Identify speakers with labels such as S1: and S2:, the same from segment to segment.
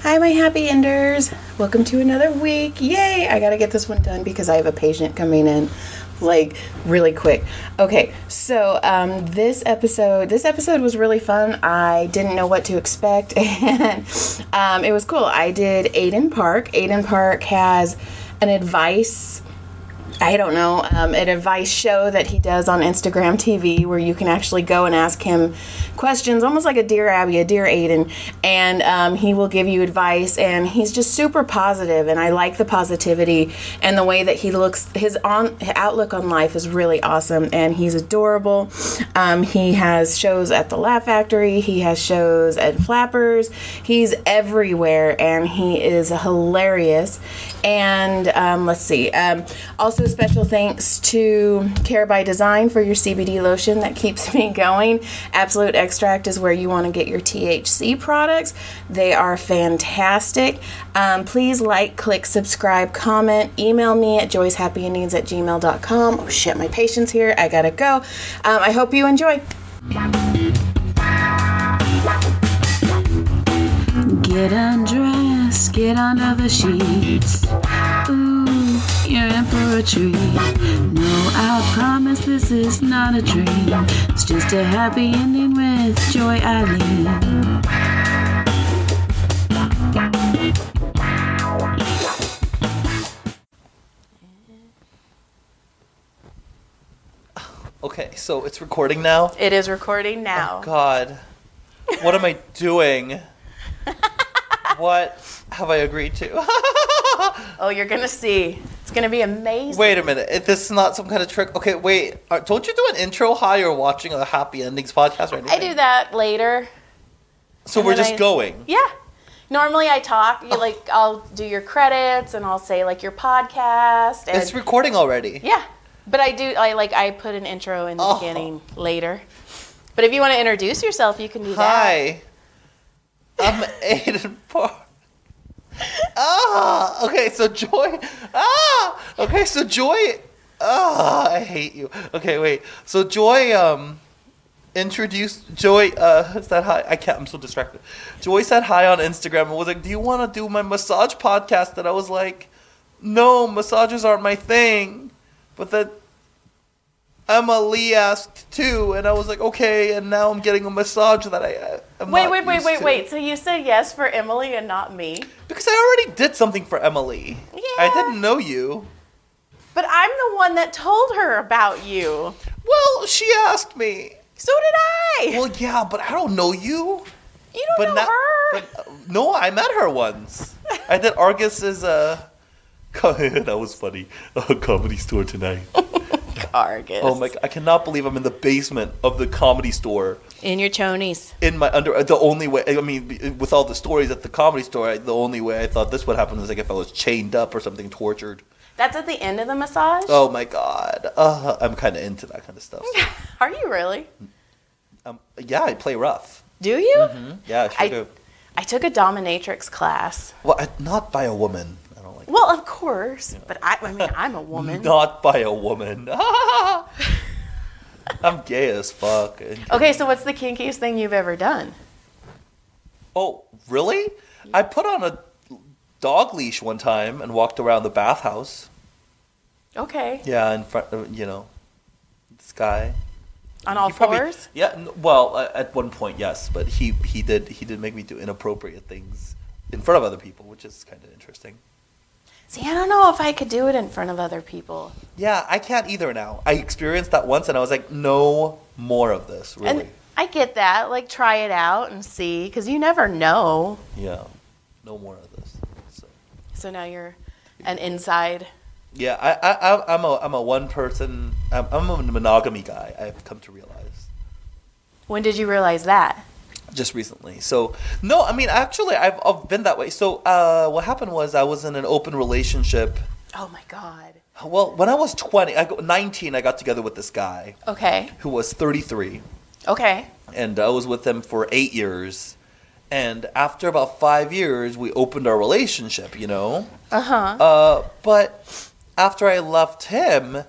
S1: Hi, my happy enders. Welcome to another week. Yay! I gotta get this one done because I have a patient coming in like really quick. Okay, so um, this episode, this episode was really fun. I didn't know what to expect, and um, it was cool. I did Aiden Park. Aiden Park has an advice. I don't know, um, an advice show that he does on Instagram TV where you can actually go and ask him questions, almost like a Dear Abby, a Dear Aiden, and um, he will give you advice. And he's just super positive, and I like the positivity and the way that he looks. His on his outlook on life is really awesome, and he's adorable. Um, he has shows at the Laugh Factory, he has shows at Flappers. He's everywhere, and he is hilarious. And um, let's see. Um, also, special thanks to Care by Design for your CBD lotion that keeps me going. Absolute Extract is where you want to get your THC products. They are fantastic. Um, please like, click, subscribe, comment, email me at joycehappyandneeds at gmail.com. Oh shit, my patient's here. I gotta go. Um, I hope you enjoy.
S2: Get undressed, get under the sheets. Ooh, you're in for a treat. No, I promise this is not a dream. It's just a happy ending with Joy Eileen.
S3: Okay, so it's recording now. Oh,
S1: It is recording now.
S3: God, what am I doing? what have I agreed to?
S1: Oh, you're gonna see. It's gonna be amazing.
S3: wait a minute. If this is not some kind of trick. Okay, wait. Uh, Don't you do an intro how you're watching a happy endings podcast or anything?
S1: I do that later.
S3: So
S1: and
S3: we're
S1: then
S3: just
S1: I-
S3: going.
S1: Yeah. Normally I talk,
S3: Oh.
S1: you like I'll do your credits and I'll say like your podcast and
S3: It's recording already.
S1: yeah. But I do I like I put an intro in the
S3: Oh.
S1: beginning later. But if you want to introduce yourself, you can do that.
S3: Hi. I'm Aiden Park. Ah, okay, so Joy. Ah, okay, so Joy. Ah, I hate you. Okay, wait. So Joy, um, introduced Joy. Uh, said hi. I can't. I'm so distracted. Joy said hi on Instagram and was like, "Do you want to do my massage podcast?" And I was like, "No, massages aren't my thing." But then Emma Lee asked too, and I was like, "Okay." And now I'm getting a massage that I. uh, am
S1: Wait,
S3: not
S1: wait, wait,
S3: used
S1: wait,
S3: to.
S1: wait. So you said yes for Emily and not me.
S3: Because I already did something for Emily. I
S1: Yeah.
S3: didn't know you.
S1: But I'm the one that told her about you.
S3: Well, she asked me.
S1: So did I.
S3: Well, yeah, but I don't know you.
S1: you don't know
S3: not-
S1: her.
S3: but, uh, no, I met her once. I did Argus is a. that was funny. A comedy store tonight.
S1: Argus.
S3: Oh my! g- I cannot believe I'm in the basement of the comedy store
S1: In your chonies.
S3: in my under. The only way I mean, with all the stories at the comedy store, I, the only way I thought this would happen was like if I was chained up or something, tortured.
S1: That's at the end of the massage?
S3: Oh my god! Uh, I'm kind of into that kind of stuff. so,
S1: Are you really?
S3: um, yeah, I play rough.
S1: Do you?
S3: Yeah, Mm-hmm. I sure
S1: I-
S3: do.
S1: I took a dominatrix class.
S3: Well, I, not by a woman. I don't like.
S1: Well, of course, but I, I mean, I'm a woman.
S3: Not by a woman. I'm gay as fuck. and-
S1: Okay, so what's the kinkiest thing you've ever done?
S3: Oh, really? I put on a dog leash one time and walked around the bathhouse.
S1: Okay,
S3: Yeah, in front of, you know, this guy.
S1: on all
S3: He probably-
S1: fours.
S3: Yeah. n- Well, a- at one point, yes, but he he did he did make me do inappropriate things in front of other people, which is kind of interesting.
S1: See, I don't know if I could do it in front of other people.
S3: Yeah, I can't either now. I experienced that once, and I was like, no more of this. Really.
S1: And I get that, like try it out and see, because you never know.
S3: Yeah, no more of this. So.
S1: So now you're an inside.
S3: Yeah, I, I, I- I'm a, I'm a one person. I'm, I'm a monogamy guy. I've come to realize
S1: When did you realize that?
S3: just recently. So no, I mean actually, I've, I've been that way. So uh, what happened was I was in an open relationship.
S1: Oh my god.
S3: Well, when I was 20, I got 19, I got together with this guy
S1: Okay.
S3: who was 33,
S1: Okay.
S3: and I was with him for eight years. And after about five years, we opened our relationship. You know.
S1: Uh
S4: uh-huh.
S1: huh.
S3: Uh, but after I left him,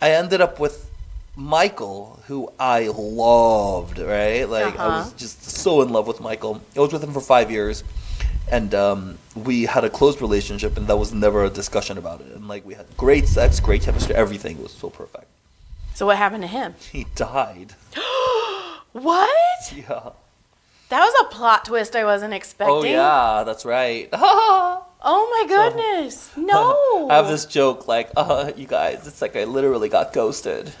S3: I ended up with Michael, who I loved, right? Like, I was
S1: Uh-huh.
S3: just so in love with Michael. I was with him for five years. and um, we had a close relationship, and that was never a discussion about it. And like we had great sex, great chemistry, everything was so perfect.
S4: So what happened to him?
S3: He died.
S4: What?
S3: Yeah.
S4: That was a plot twist I wasn't expecting.
S3: Oh yeah, that's right.
S4: Oh my goodness. No.
S3: I have this joke like, uh, you guys, it's like I literally got ghosted.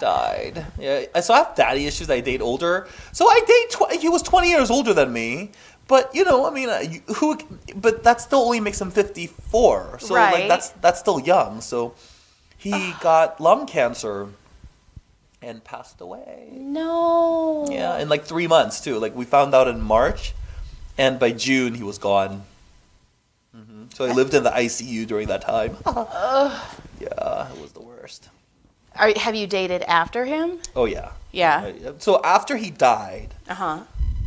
S3: Died. Yeah. So I have daddy issues. I date older. So I date. Tw- he was twenty years older than me. But you know, I mean, uh, you- who? But that still only makes him fifty-four. So
S4: Right.
S3: like that's that's still young. So he got lung cancer and passed away.
S4: No.
S3: Yeah, in like three months too. Like we found out in March, and by June he was gone. hmm So I lived in the ICU during that time. yeah, it was the worst.
S4: Are, have you dated after him?
S3: Oh yeah.
S4: Yeah.
S3: I- So after he died,
S4: Uh huh.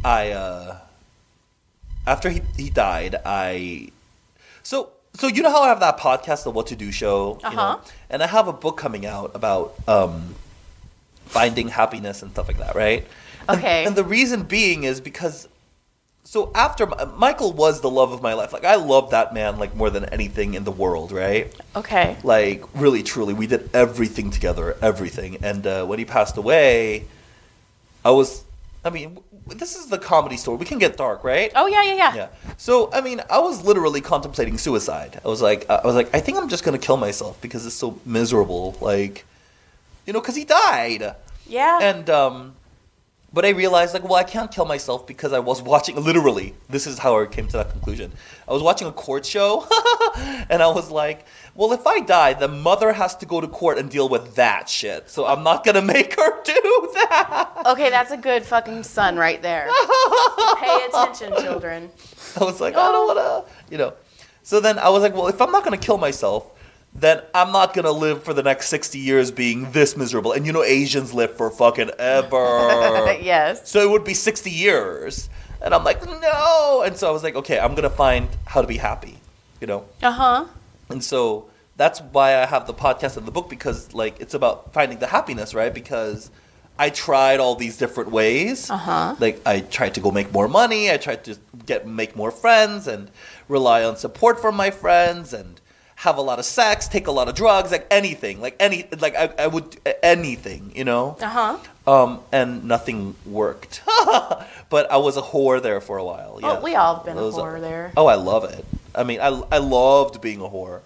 S3: I uh, after he he died, I so so you know how I have that podcast, the What to Do Show, you
S4: Uh-huh.
S3: know, and I have a book coming out about um, finding happiness and stuff like that, right? And-
S4: Okay.
S3: And, the reason being is because so after Mi- Michael was the love of my life, like I love that man like more than anything in the world, right?
S4: Okay.
S3: like really truly we did everything together everything and uh, when he passed away i was i mean w- this is the comedy store we can get dark right
S4: Oh yeah, yeah, yeah.
S3: yeah so i mean i was literally contemplating suicide i was like i was like i think i'm just gonna kill myself because it's so miserable like you know because he died
S4: Yeah.
S3: and um but I realized like well I can't kill myself because I was watching literally this is how I came to that conclusion. I was watching a court show and I was like, well if I die the mother has to go to court and deal with that shit. So I'm not going to make her do that.
S4: okay, that's a good fucking son right there. Pay attention, children.
S3: I was like, I don't want to, you know. So then I was like, well if I'm not going to kill myself then I'm not gonna live for the next 60 years being this miserable. And you know, Asians live for fucking ever.
S4: yes.
S3: So it would be 60 years. And I'm like, no. And so I was like, okay, I'm going to find how to be happy, you know?
S4: Uh huh.
S3: And so that's why I have the podcast and the book because, like, it's about finding the happiness, right? Because I tried all these different ways.
S4: Uh-huh.
S3: Like, I tried to go make more money. I tried to get make more friends and rely on support from my friends and have a lot of sex, take a lot of drugs, like anything, like any, like I, I would anything, you know
S4: Uh huh.
S3: um, and nothing worked. but I was a whore there for a while. Yeah.
S4: Oh, we all have been a
S3: I was
S4: whore there.
S3: Oh, I love it. I mean, I, I loved being a whore.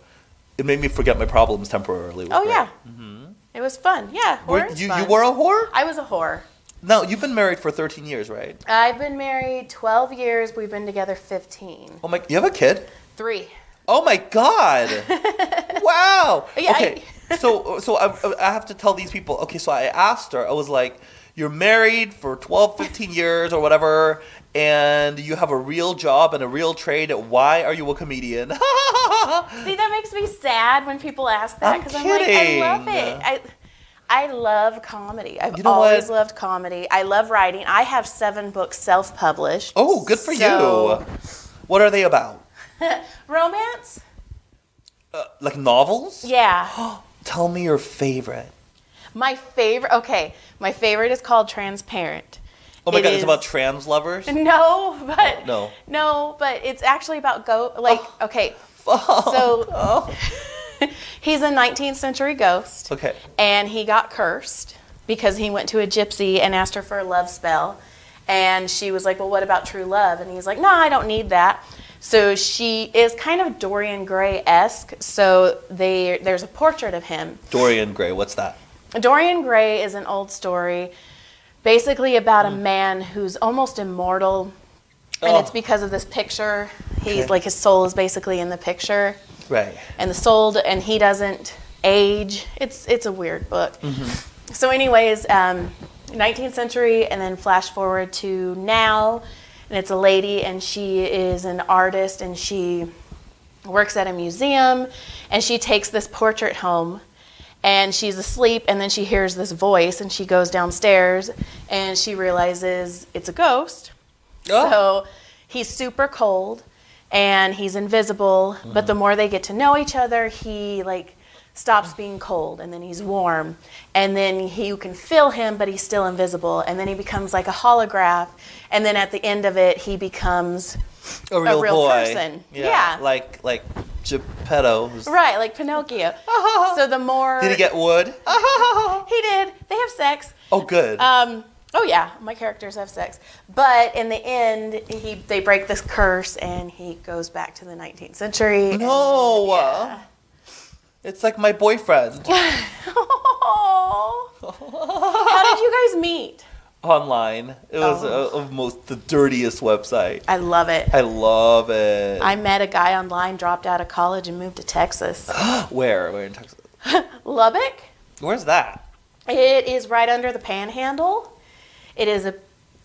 S3: It made me forget my problems temporarily. It was
S4: Oh
S3: great.
S4: yeah. It was fun. Yeah.
S3: Mm-hmm. Were-
S4: whore is
S3: you, you
S4: fun.
S3: were a whore?
S4: I was a whore.
S3: No, you've been married for 13 years, right?
S4: I've been married 12 years. We've been together 15.
S3: Oh my, you have a kid?
S4: Three.
S3: Oh my god! wow.
S4: Yeah,
S3: okay. so so I, I have to tell these people. Okay, so I asked her. I was like, "You're married for 12, 15 years or whatever, and you have a real job and a real trade. Why are you a comedian?"
S4: See, that makes me sad when people ask that
S3: I'm
S4: because I'm, like, I love
S3: kidding.
S4: it. I, I love comedy. I've
S3: You know
S4: always
S3: what?
S4: loved comedy. I love writing. I have seven books self published.
S3: oh, good for
S4: So-
S3: you. What are they about?
S4: Romance?
S3: Uh, like novels?
S4: Yeah.
S3: Tell me your favorite.
S4: My favorite, okay, my favorite is called Transparent.
S3: Oh my
S4: It
S3: god,
S4: is-
S3: it's about trans lovers.
S4: No, but.
S3: No. Oh.
S4: No, but it's actually about go, like, okay, so he's a 19th century ghost.
S3: Okay.
S4: and he got cursed because he went to a gypsy and asked her for a love spell and she was like well what about true love and he's like no i don't need that so she is kind of dorian gray-esque so they, there's a portrait of him
S3: Dorian Gray. What's that?
S4: Dorian Gray is an old story, basically about a man who's almost immortal, and
S3: Hmm. Oh.
S4: it's because of this picture. He's
S3: Okay.
S4: like his soul is basically in the picture,
S3: Right.
S4: and the soul, and he doesn't age. It's it's a weird book. So, anyways, um, 19th century, and then flash forward to now, and it's a lady, and she is an artist, and she works at a museum and she takes this portrait home and she's asleep and then she hears this voice and she goes downstairs and she realizes it's a ghost. So he's super
S3: Mm-hmm.
S4: cold and he's invisible, but the more they get to know each other, he like stops being cold and then he's warm and then he, you can feel him but he's still invisible and then he becomes like a holograph and then at the end of it he becomes
S3: A real,
S4: real
S3: boy.
S4: person. Yeah.
S3: Like like Geppetto. who's-
S4: right like pinocchio so the more
S3: Did he get wood?
S4: he did they have sex
S3: Oh, good.
S4: Um, oh yeah, my characters have sex, but in the end, he they break this curse and he goes back to the 19th century. and-
S3: no. It's like my boyfriend
S4: Aw. How did you guys meet?
S3: online. It was
S4: Oh.
S3: uh almost the dirtiest website.
S4: I love it.
S3: I love it.
S4: I met a guy online, dropped out of college, and moved to Texas.
S3: Where? Where in Texas?
S4: Lubbock.
S3: Where's that?
S4: It is right under the Panhandle. It is a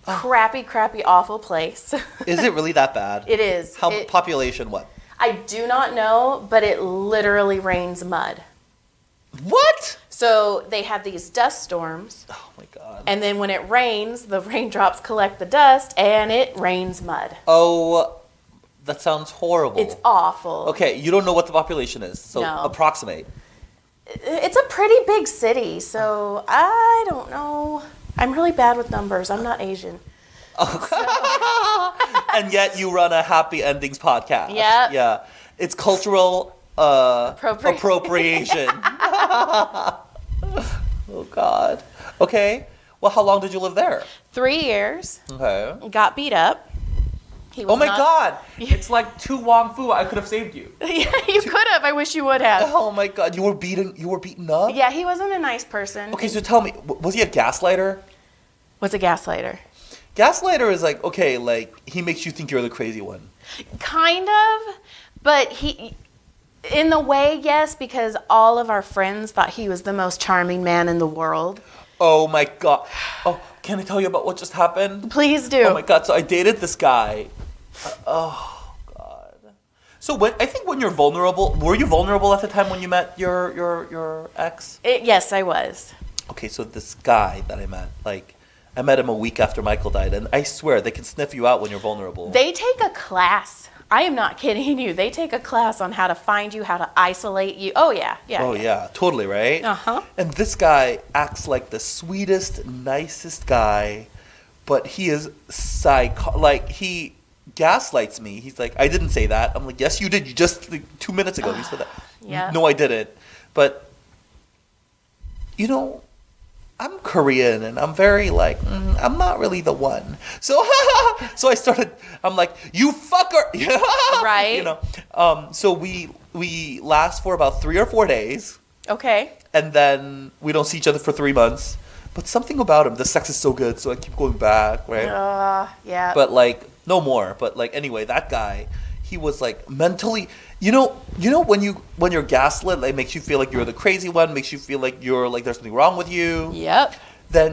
S4: crappy, crappy, awful place.
S3: Is it really that bad?
S4: it is.
S3: How
S4: It-
S3: population? What?
S4: I do not know, but it literally rains mud.
S3: What?
S4: So they have these dust storms,
S3: Oh my god.
S4: and then when it rains, the raindrops collect the dust and it rains mud.
S3: Oh, that sounds horrible.
S4: It's awful.
S3: Oh. okay, you don't know what the population is, so
S4: No.
S3: approximate.
S4: It's a pretty big city, so I don't know. I'm really bad with numbers. I'm not Asian.
S3: and yet you run a happy endings podcast.
S4: Yep.
S3: Yeah. It's cultural uh,
S4: Appropri-
S3: appropriation. oh God. Okay. Well, how long did you live there?
S4: Three years,
S3: Okay.
S4: got beat up. He was
S3: Oh my
S4: not-
S3: God! It's like two Wong Fu. I could have saved you.
S4: yeah, you could have. I wish you would have.
S3: Oh my God! You were beaten. You were beaten up.
S4: Yeah, he wasn't a nice person.
S3: Oh. Okay, so tell me, w- was he a gaslighter?
S4: Was a gaslighter.
S3: Gaslighter is like okay, like he makes you think you're the crazy one.
S4: kind of but he in the way yes because all of our friends thought he was the most charming man in the world
S3: Oh my God! Oh, can I tell you about what just happened?
S4: please do
S3: Oh my god! So I dated this guy. Uh, Oh god! So when I think when you're vulnerable, were you vulnerable at the time when you met your your your ex?
S4: It- yes i was
S3: Okay, so this guy that I met, like, I met him a week after Michael died, and I swear they can sniff you out when you're vulnerable.
S4: they take a class i am not kidding you they take a class on how to find you how to isolate you oh yeah yeah
S3: Oh yeah, totally right.
S4: Uh-huh.
S3: And this guy acts like the sweetest, nicest guy, but he is psycho. Like he gaslights me. He's like, I didn't say that. I'm like, yes, you did. You just like, two minutes ago you said that.
S4: Yeah.
S3: No, I didn't. But you know, I'm Korean and I'm very like, mm, I'm not really the one. So, so I started. I'm like, you fucker,
S4: Right.
S3: You know. Um, so we we last for about three or four days,
S4: okay
S3: and then we don't see each other for three months. But something about him, the sex is so good, so I keep going back, right?
S4: uh, yeah
S3: But like, no more. But like, anyway, that guy, he was like mentally. You know, you know when you when you're gaslit, like makes you feel like you're the crazy one, makes you feel like you're like there's something wrong with you
S4: yep
S3: then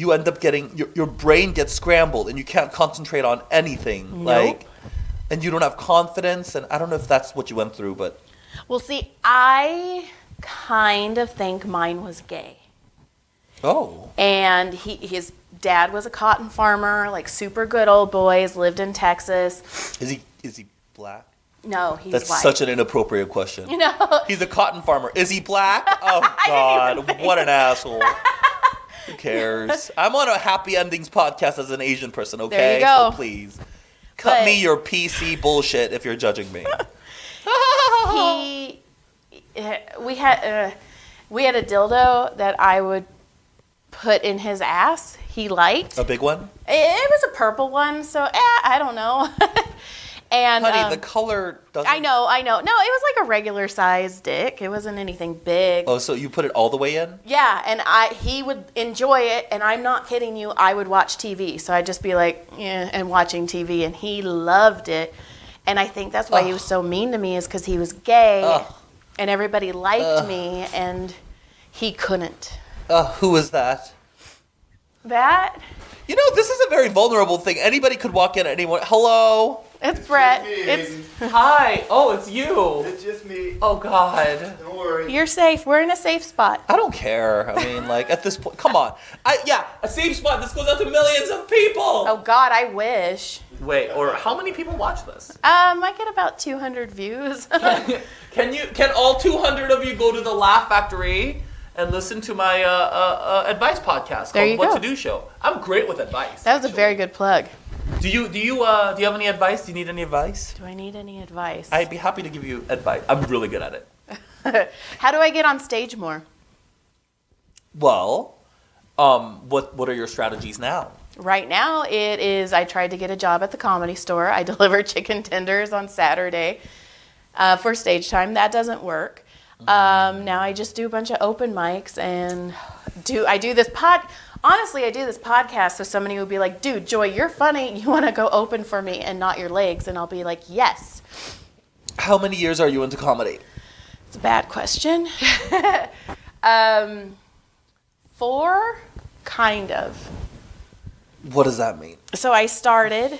S3: you end up getting your, your brain gets scrambled and you can't concentrate on anything like and you don't have confidence and i don't know if that's what you went through but
S4: well see i kind of think mine was gay
S3: oh
S4: and he his dad was a cotton farmer, like super good old boys, lived in Texas.
S3: is he is he black
S4: No, he's
S3: that's
S4: white.
S3: such an inappropriate question
S4: you know,
S3: he's a cotton farmer is he black oh god what an asshole who cares i'm on a happy endings podcast as an asian person okay
S4: There you go.
S3: so please cut
S4: But-
S3: me your pc bullshit if you're judging me
S4: he eh, we had uh, we had a dildo that I would put in his ass. He liked.
S3: a big one
S4: It, it was a purple one, so eh, I don't know. and
S3: honey
S4: um,
S3: the color doesn't
S4: I know, I know. No, it was like a regular sized dick. It wasn't anything big.
S3: Oh, so you put it all the way in?
S4: Yeah, and I he would enjoy it, and I'm not kidding you. I would watch TV, so I'd just be like, yeah, and watching TV, and he loved it, and I think that's why he was so mean to me is because he was gay,
S3: Ugh.
S4: and everybody liked me, and he couldn't.
S3: Uh, who was that?
S4: That
S3: You know, this is a very vulnerable thing. Anybody could walk in at anyone. Hello.
S4: it's Brett.
S5: me.
S4: It's
S3: Hi. Oh, it's you.
S5: It's just me.
S3: Oh God.
S5: Don't worry.
S4: you're safe. We're in a safe spot.
S3: I don't care. I mean, like at Oh. this point, come on. I yeah, a safe spot. This goes out to millions of people.
S4: Oh God, I wish.
S3: Wait, or how many people watch this?
S4: Um, I get about 200 views.
S3: Can you? Can all 200 of you go to the Laugh Factory and listen to my uh, uh, uh, advice podcast
S4: There
S3: called
S4: you
S3: What
S4: go.
S3: to Do Show? I'm great with advice.
S4: that was a
S3: actually.
S4: very good plug.
S3: Do you do you uh, do you have any advice? Do you need any advice?
S4: Do I need any advice?
S3: I'd be happy to give you advice. I'm really good at it.
S4: How do I get on stage more?
S3: Well, um, what what are your strategies now?
S4: Right now, it is. I tried to get a job at the comedy store. I deliver chicken tenders on Saturday uh, for stage time. That doesn't work. Um, now I just do a bunch of open mics and do. I do this pod. Honestly, I do this podcast so somebody would be like, "Dude, Joy, you're funny. You want to go open for me and not your legs?" And I'll be like, "Yes."
S3: How many years are you into comedy?
S4: It's a bad question. um, four, kind of.
S3: What does that mean?
S4: so I started,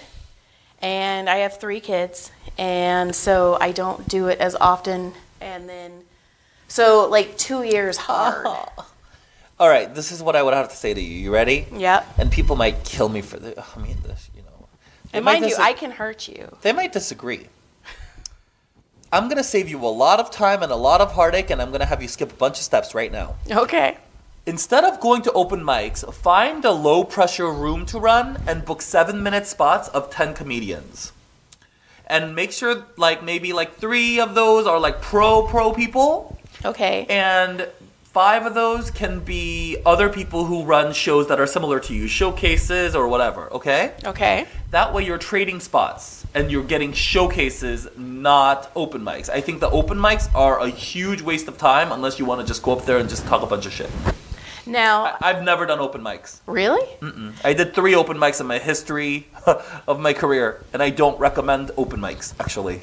S4: and I have three kids, and so I don't do it as often. And then, so like two years hard.
S3: All right, this is what I would have to say to you. You ready?
S4: Yep.
S3: And people might kill me for the. I mean, this, you know. They
S4: And mind
S3: might
S4: you,
S3: dis-
S4: I can hurt you.
S3: They might disagree. I'm gonna save you a lot of time and a lot of heartache, and I'm gonna have you skip a bunch of steps right now.
S4: Okay.
S3: Instead of going to open mics, find a low pressure room to run and book seven minute spots of 10 comedians. And make sure, like, maybe like three of those are like pro pro people,
S4: Okay.
S3: and five of those can be other people who run shows that are similar to you, showcases or whatever, okay?
S4: Okay.
S3: That way you're trading spots and you're getting showcases, not open mics. I think the open mics are a huge waste of time unless you want to just go up there and just talk a bunch of shit.
S4: Now,
S3: I- Mm. I've never done open mics.
S4: really?
S3: I did three open mics in my history of my career, and I don't recommend open mics, actually.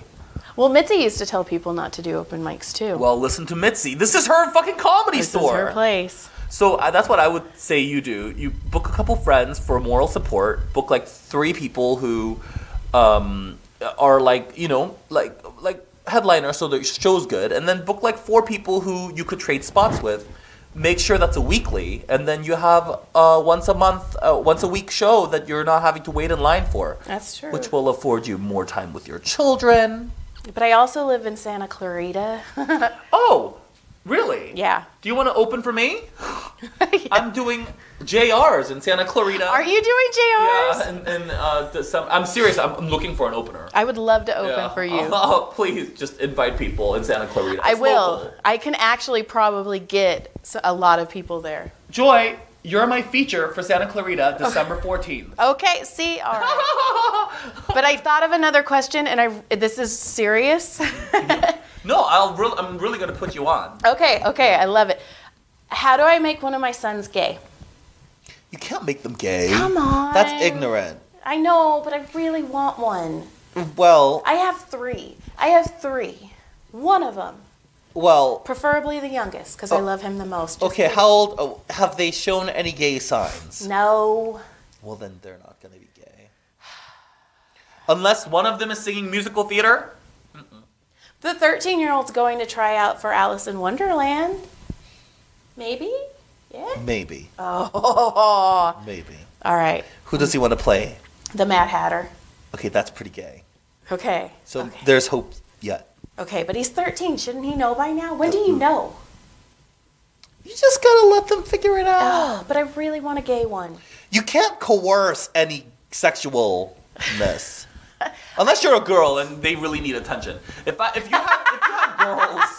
S4: Well, Mitzi used to tell people not to do open mics too.
S3: Well, listen to Mitzi. This is her fucking comedy
S4: this is
S3: store.
S4: her place.
S3: So uh, that's what I would say you do. You book a couple friends for moral support. Book like three people who um, are like you know like like headliner, so the show's good, and then book like four people who you could trade spots with. Make sure that's a weekly, and then you have a once a month, uh, once a week show that you're not having to wait in line for,
S4: That's true.
S3: which will afford you more time with your children.
S4: But I also live in Santa Clarita.
S3: Oh, really?
S4: yeah.
S3: Do you want to open for me? I'm doing JRs in Santa Clarita.
S4: Are you doing JRs?
S3: Yeah, and, and uh, the- some, I'm serious. I'm, I'm looking for an opener.
S4: I would love to open
S3: Yeah.
S4: for you.
S3: Oh, please just invite people in Santa Clarita.
S4: I
S3: It's
S4: will.
S3: local.
S4: I can actually probably get s- a lot of people there.
S3: Joy, you're my feature for Santa Clarita, December 14th.
S4: Okay, see, all right. but I thought of another question, and I this is serious.
S3: no, I'll re- I'm really gonna put you on.
S4: okay, okay, I love it. How do I make one of my sons gay?
S6: You can't make them gay.
S4: Come on.
S6: That's ignorant.
S4: I know, but I really want one.
S6: Well,
S4: I have three. I have three. One of them,
S6: well.
S4: preferably the youngest, because I love him the most. Just
S6: Oh. Okay,
S4: the-
S6: how old oh, have they shown any gay signs?
S4: No.
S6: Well, then they're not going to be gay.
S3: Unless one of them is singing musical theater.
S4: The 13 year old's going to try out for Alice in Wonderland. Maybe? Yeah?
S6: Maybe,
S4: Oh.
S6: maybe.
S4: All right.
S6: Who does he want to play?
S4: The Mad Hatter.
S6: Okay, that's pretty gay.
S4: Okay.
S6: So
S4: okay.
S6: there's hope yet.
S4: okay, but he's 13. Shouldn't he know by now? When do you know?
S6: You just gotta let them figure it out.
S4: Oh, but I really want a gay one.
S6: You can't coerce any sexualness.
S3: Unless you're a girl and they really need attention. If I, if you had, if you had girls,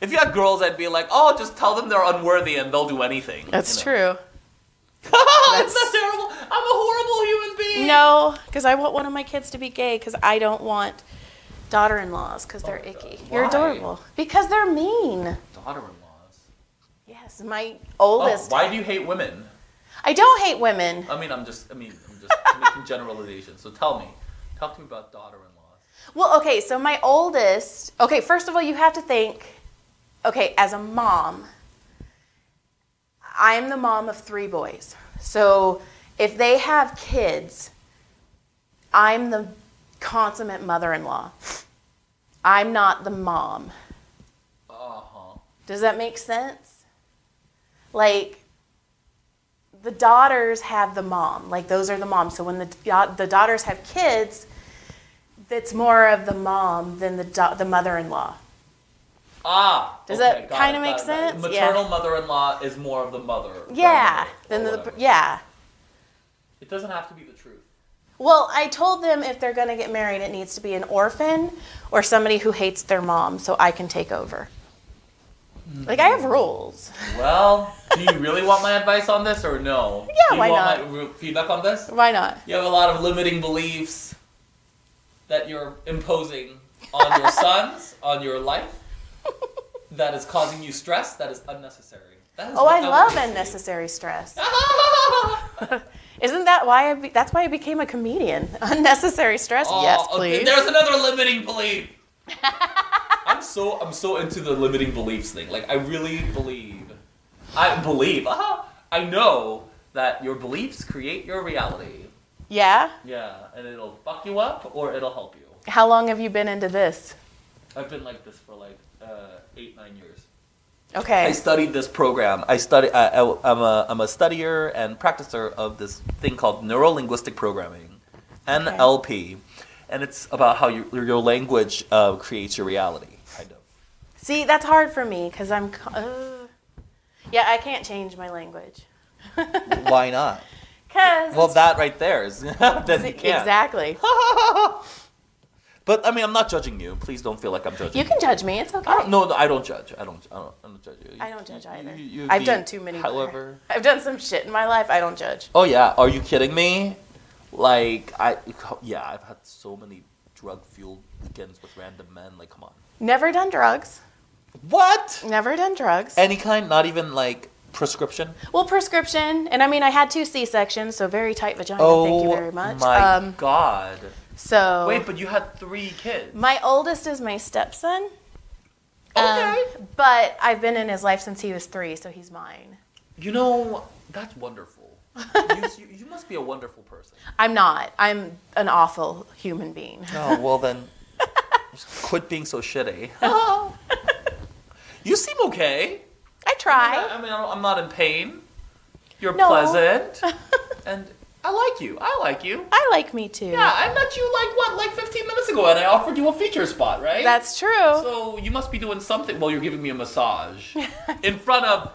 S3: if you had girls, I'd be like, oh, just tell them they're unworthy and they'll do anything. you know?
S4: true.
S3: That's terrible. I'm a horrible human being.
S4: No, because I want one of my kids to be gay because I don't want daughter in laws because they're icky.
S3: Oh,
S4: You're
S3: Why?
S4: adorable. Because they're mean.
S3: Daughter-in-laws.
S4: Yes, my
S3: Oh,
S4: oldest.
S3: why do you hate women?
S4: I don't hate women.
S3: I mean, I'm just, I mean, I'm just making generalizations. So tell me, talk to me about daughter-in-laws.
S4: Well, okay, so my oldest, okay, first of all, you have to think, okay, as a mom, I'm the mom of three boys. So if they have kids, I'm the consummate mother in law. I'm not the mom.
S3: Uh huh.
S4: Does that make sense? Like, the daughters have the mom. Like those are the moms. So when the da- the daughters have kids, that's more of the mom than the da- the mother-in-law.
S3: Ah.
S4: Does
S3: okay,
S4: that
S3: got
S4: kinda
S3: it,
S4: make
S3: got it, got it.
S4: sense?
S3: Maternal mother-in-law is more of the mother. than
S4: Yeah.
S3: the- or
S4: Then the,
S3: whatever.
S4: yeah.
S3: It doesn't have to be the truth.
S4: Well, I told them if they're going to get married, it needs to be an orphan or somebody who hates their mom, so I can take over. Like I have rules.
S3: Well, do you really want my advice on this or no?
S4: Yeah,
S3: do you
S4: why
S3: want
S4: not?
S3: My re- feedback on this?
S4: Why not?
S3: You have a lot of limiting beliefs that you're imposing on your sons, on your life, that is causing you stress that is unnecessary. That is
S4: Oh,
S3: what
S4: I
S3: would
S4: love
S3: say.
S4: unnecessary stress. Isn't that why I be- that's why I became a comedian? Unnecessary stress?
S3: Oh,
S4: yes,
S3: okay,
S4: please.
S3: There's another limiting belief. I'm so I'm so into the limiting beliefs thing. Like I really believe, I believe. Uh-huh, I know that your beliefs create your reality.
S4: yeah?
S3: Yeah, and it'll fuck you up or it'll help you.
S4: How long have you been into this?
S3: I've been like this for like uh, eight nine years. I
S4: Okay.
S3: studied this program. I study. I, I, I'm a I'm a studier and practicer of this thing called neurolinguistic programming, NLP, and it's about how you, your language uh, creates your reality. Kind of.
S4: See, that's hard for me cuz I'm co- uh, Yeah, I can't change my language.
S3: Why not?
S4: Cuz
S3: Well, that right there is then you can't.
S4: Exactly.
S3: But I mean, I'm not judging you. Please don't feel like I'm judging.
S4: You can judge me. It's okay.
S3: I don't. No, no, I don't judge. I don't. I don't, I don't judge you.
S4: I don't judge either.
S3: you-
S4: I've
S3: the-
S4: done too many.
S3: However.
S4: I've done some shit in my life. I don't judge.
S3: Oh yeah, are you kidding me? Like I yeah, I've had so many drug fueled weekends with random men. Like come on.
S4: Never done drugs.
S3: What?
S4: Never done drugs.
S3: Any kind? Not even like prescription.
S4: well, prescription, and I mean, I had two C sections, so very tight vagina. thank you very much.
S3: Oh
S4: Um,
S3: my god.
S4: so
S3: Wait, but you had three kids.
S4: my oldest is my stepson. um,
S3: okay.
S4: but I've been in his life since he was three, so he's mine.
S3: you know that's wonderful. you, you, you must be a wonderful person.
S4: I'm not. I'm an awful human being.
S3: Oh well then, just quit being so shitty.
S4: Oh.
S3: you seem okay.
S4: I
S3: I,
S4: try.
S3: I mean, I'm I'm not in pain. You're
S4: No.
S3: pleasant, and I like you. I like you.
S4: I like me too.
S3: Yeah, I met you like what, like 15 minutes ago, and I offered you a feature spot, right?
S4: That's true.
S3: so you must be doing something. Well, you're giving me a massage in front of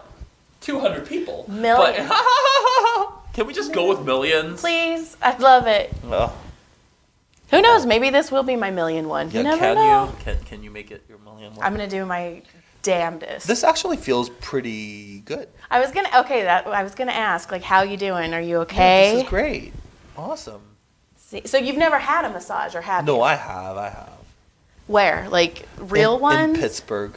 S3: 200 people.
S4: Millions.
S3: But- can we just go with millions?
S4: Please, I'd love it.
S3: Ugh.
S4: Who knows? Maybe this will be my million one.
S3: yeah,
S4: you never
S3: can
S4: know.
S3: you can, can you make it your million? one?
S4: I'm gonna do my damnedest.
S6: This actually feels pretty good.
S4: I was gonna okay. That I was gonna ask like, how you doing? Are you okay?
S6: Yeah, This is great. Awesome.
S4: See- So you've never had a massage or have
S6: No,
S4: you?
S6: I have. I have.
S4: Where like real
S6: in,
S4: ones?
S6: in Pittsburgh.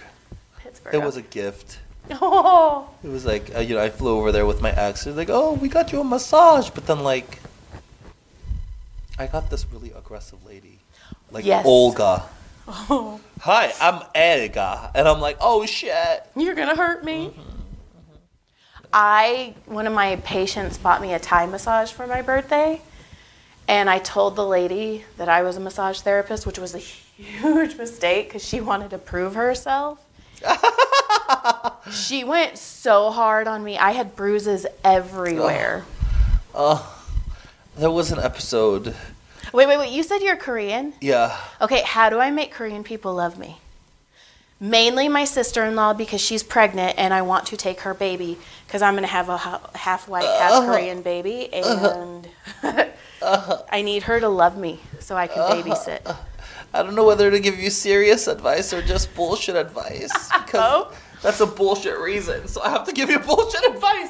S4: Pittsburgh.
S6: It was a gift.
S4: oh,
S6: It was like uh, you know I flew over there with my ex. It was like, oh, we got you a massage, but then like, I got this really aggressive lady, like
S4: Yes.
S6: Olga. Hi, I'm Olga, and I'm like, oh shit.
S4: you're gonna hurt me. Mm-hmm. I one of my patients bought me a Thai massage for my birthday, and I told the lady that I was a massage therapist, which was a huge mistake because she wanted to prove herself. she went so hard on me. I had bruises everywhere.
S6: There was an episode.
S4: Wait, wait, wait. You said you're Korean?
S6: Yeah.
S4: Okay, how do I make Korean people love me? Mainly my sister in law because she's pregnant and I want to take her baby because I'm going to have a ha- half white, half Korean baby and I need her to love me so I can babysit.
S6: I don't know whether to give you serious advice or just bullshit advice because
S4: Oh.
S6: that's a bullshit reason. So I have to give you bullshit advice.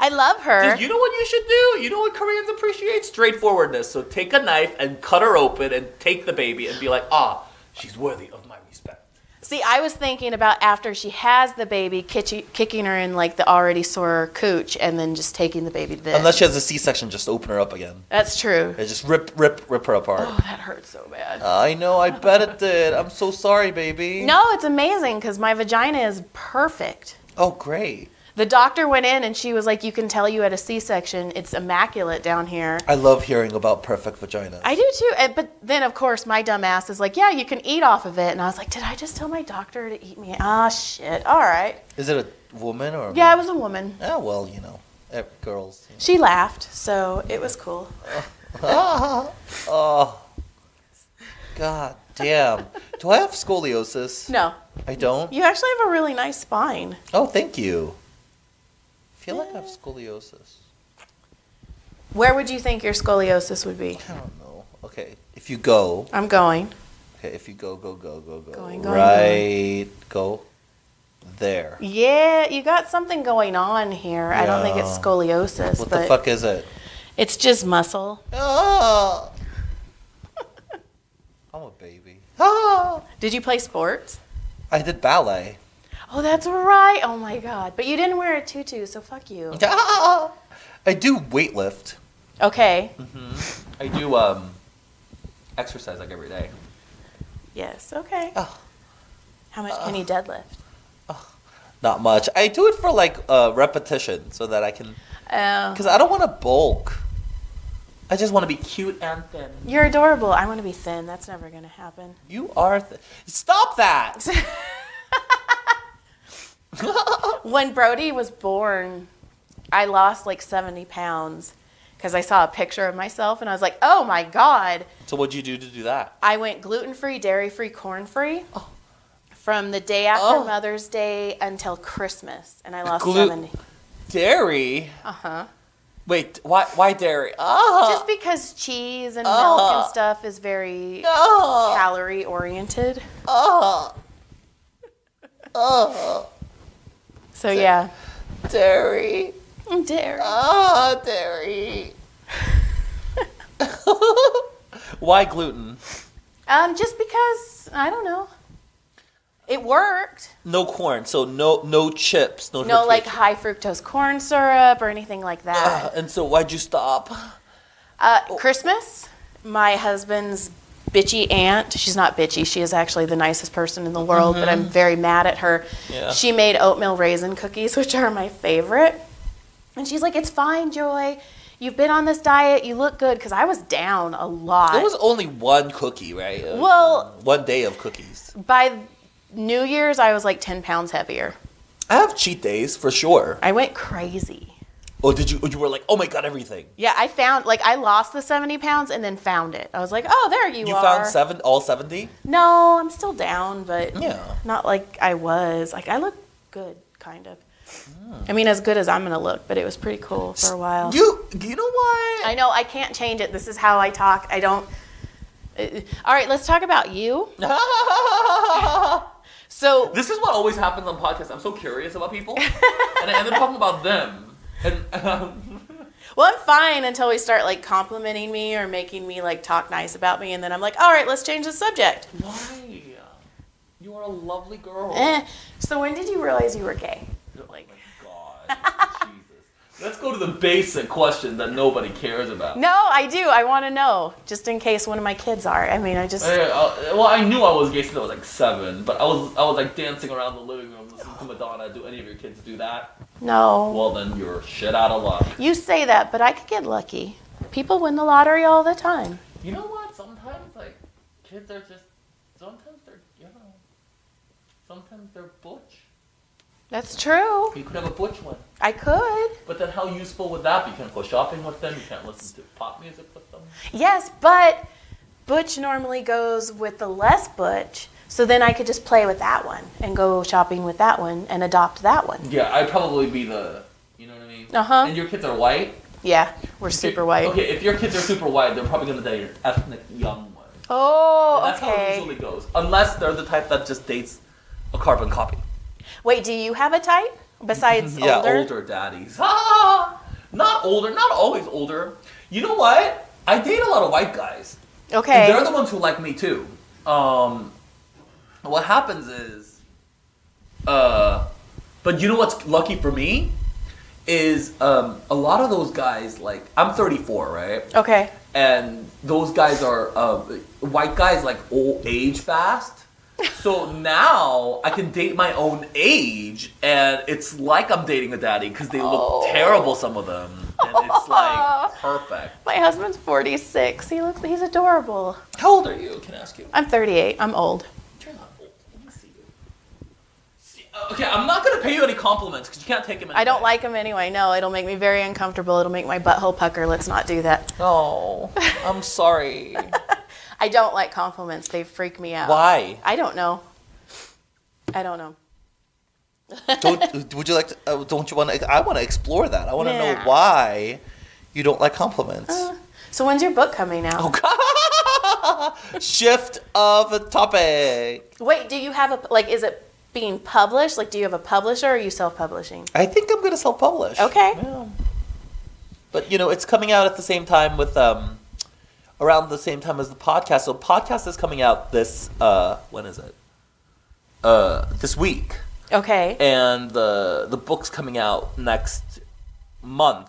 S4: I love her.
S3: You know what you should do? You know what Koreans appreciate? Straightforwardness. So take a knife and cut her open and take the baby and be like, ah, she's worthy of my respect.
S4: See, I was thinking about after she has the baby, kitchi- kicking her in like the already sore cooch and then just taking the baby to bed.
S6: Unless she has a C-section, just open her up again.
S4: That's true.
S6: And just rip, rip, rip her apart.
S4: Oh, that hurts so bad.
S3: Uh,
S6: I know. I bet it did. I'm so sorry, baby.
S4: No, it's amazing because my vagina is perfect.
S6: Oh, great.
S4: The doctor went in and she was like, "You can tell you had a C-section. It's immaculate down here."
S6: I love hearing about perfect vaginas.
S4: I do too. And, but then, of course, my dumb ass is like, "Yeah, you can eat off of it." And I was like, "Did I just tell my doctor to eat me?" Ah, shit. All right.
S6: Is it a woman or? a
S4: Yeah, it
S6: man?
S4: was a woman.
S6: Oh well, you know, eh, girls.
S4: She laughed, so it was cool.
S6: Oh, god damn. Do I have scoliosis?
S4: No,
S6: I don't.
S4: you actually have a really nice spine.
S6: Oh, thank you. I feel like I have scoliosis.
S4: Where would you think your scoliosis would be?
S6: I don't know. Okay, if you go,
S4: I'm going.
S6: okay, if you go, go, go, go, go,
S4: Going, going,
S6: right, go there.
S4: Yeah, you got something going on here. I don't think it's
S6: Yeah.
S4: scoliosis,
S6: What
S4: but
S6: the fuck is it?
S4: it's just muscle.
S6: Ah! I'm a baby. Ah!
S4: Did you play sports?
S6: I did ballet.
S4: Oh, that's right. Oh my god. But you didn't wear a tutu, so fuck you.
S6: Ah! I do weightlift.
S4: Okay.
S6: Mm-hmm.
S3: I do um, exercise like every day.
S4: Yes. Okay.
S6: Ugh.
S4: How much
S6: Uh.
S4: can you deadlift?
S6: Not much. I do it for like uh, repetition so that I can,
S4: Oh,
S6: because I don't want to bulk.
S3: I just want to be cute and thin.
S4: you're adorable. I want to be thin. That's never gonna happen.
S6: You are. Th- Stop that!
S4: When Brody was born, I lost like 70 pounds because I saw a picture of myself and I was like, oh my god.
S6: So what'd you do to do that?
S4: I went gluten free, dairy free, corn free from the day after
S6: Oh.
S4: Mother's Day until Christmas, and I lost
S6: Glu-
S4: 70.
S6: Dairy.
S4: Uh huh.
S6: Wait, why? Why dairy? Ah.
S4: Just because cheese and milk
S6: Oh.
S4: and stuff is very
S3: Uh.
S6: ah.
S4: calorie oriented.
S6: Ah. Ah.
S4: So, yeah. Mm,
S6: Dairy.
S4: Dairy.
S3: uh.
S6: Ah, dairy. why gluten?
S4: Um, just because, I don't know. It worked.
S6: No corn. So no no chips. No.
S4: No, like
S6: tortilla-
S4: high fructose corn syrup or anything like that.
S3: Uh.
S6: Ah, and so why'd you stop?
S4: Uh, Christmas, my husband's bitchy aunt, she's not bitchy, she is actually the nicest person in the world, but I'm very mad at her.
S6: Yeah.
S4: She made oatmeal raisin cookies, which are my favorite. And she's like, It's fine, Joy. You've been on this diet. You look good. Because I was down a lot.
S6: There was only one cookie, right? Uh,
S4: Well-
S6: one day of cookies.
S4: By New Year's, I was like 10 pounds heavier.
S3: I have cheat days for sure.
S4: I went crazy.
S3: Oh, did you? You were like, oh my god, everything.
S4: Yeah, I found, like, I lost the 70 pounds and then found it. I was like, Oh, there you,
S3: You
S4: are.
S3: found seven, all seventy.
S4: No, I'm still down, but
S3: Yeah.
S4: not like I was. Like I look good, kind of. I mean, as good as I'm gonna look, but it was pretty cool for a while.
S3: Hmm. You, you know what?
S4: I know I can't change it. This is how I talk. I don't. Uh, all right, let's talk about you. So
S3: This is what always happens on podcasts. I'm so curious about people, and I end up talking about them. And um,
S4: Well, I'm fine until we start like complimenting me or making me like talk nice about me, and then I'm like, all right, let's change the subject.
S3: why? You are a lovely girl.
S4: Eh. So when did you realize you were gay? Like,
S3: Oh my god, Jesus. Let's go to the basic question that nobody cares about.
S4: no, I do. I want to know just in case one of my kids are. I mean, I just.
S3: Hey, uh, well, I knew I was gay since I was like seven, but I was I was like dancing around the living room listening to Madonna. Do any of your kids do that?
S4: No.
S3: Well, then you're shit out of luck.
S4: You say that, but I could get lucky. People win the lottery all the time.
S3: You know what? Sometimes like kids are just sometimes they're you know sometimes they're butch.
S4: That's true.
S3: You could have a butch one,
S4: I could.
S3: but then how useful would that be? You can't go shopping with them. You can't listen to pop music with them.
S4: Yes, but Butch normally goes with the less Butch. So then I could just play with that one and go shopping with that one and adopt that one.
S3: Yeah, I'd probably be the you know what I mean.
S4: Uh-huh.
S3: And your kids are white.
S4: Yeah, we're super white.
S3: Okay, if your kids are super white, they're probably gonna date an ethnic young one.
S4: Oh,
S3: That's how it
S4: okay.
S3: usually goes, unless they're the type that just dates a carbon copy.
S4: Wait, do you have a type besides
S6: Yeah,
S4: older?
S3: Older daddies. Ah, not older, not always older. You know what? I date a lot of white guys.
S4: Okay.
S3: And they're the ones who like me too. Um, what happens is, uh, but you know what's lucky for me is um, a lot of those guys like I'm 34, right?
S4: okay.
S3: and those guys are uh, white guys like old age fast. So now I can date my own age, and it's like I'm dating a daddy because they look terrible, some of them. And it's like perfect.
S4: My husband's 46. He looks, he's adorable.
S3: How old are you? Can I ask you?
S4: I'm 38. I'm old.
S3: You're not old. Let me see you. See, uh, okay, I'm not gonna pay you any compliments because you can't take them.
S4: I don't like him anyway. No, it'll make me very uncomfortable. It'll make my butthole pucker. Let's not do that.
S3: Oh, I'm sorry.
S4: I don't like compliments. They freak me out.
S3: Why?
S4: I don't know. I don't know.
S6: don't would you like to, uh, don't you want to i want to explore that i want to know
S4: Nah.
S6: why you don't like compliments
S4: Uh.
S6: Oh,
S4: So when's your book coming out?
S6: shift of topic
S4: Wait, do you have a like? Is it being published? Like, do you have a publisher? Or are you self-publishing?
S6: i think i'm gonna self-publish
S4: Okay.
S6: yeah. but you know it's coming out at the same time with um around the same time as the podcast so podcast is coming out this uh when is it uh this week
S4: Okay.
S3: And the the book's coming out next month.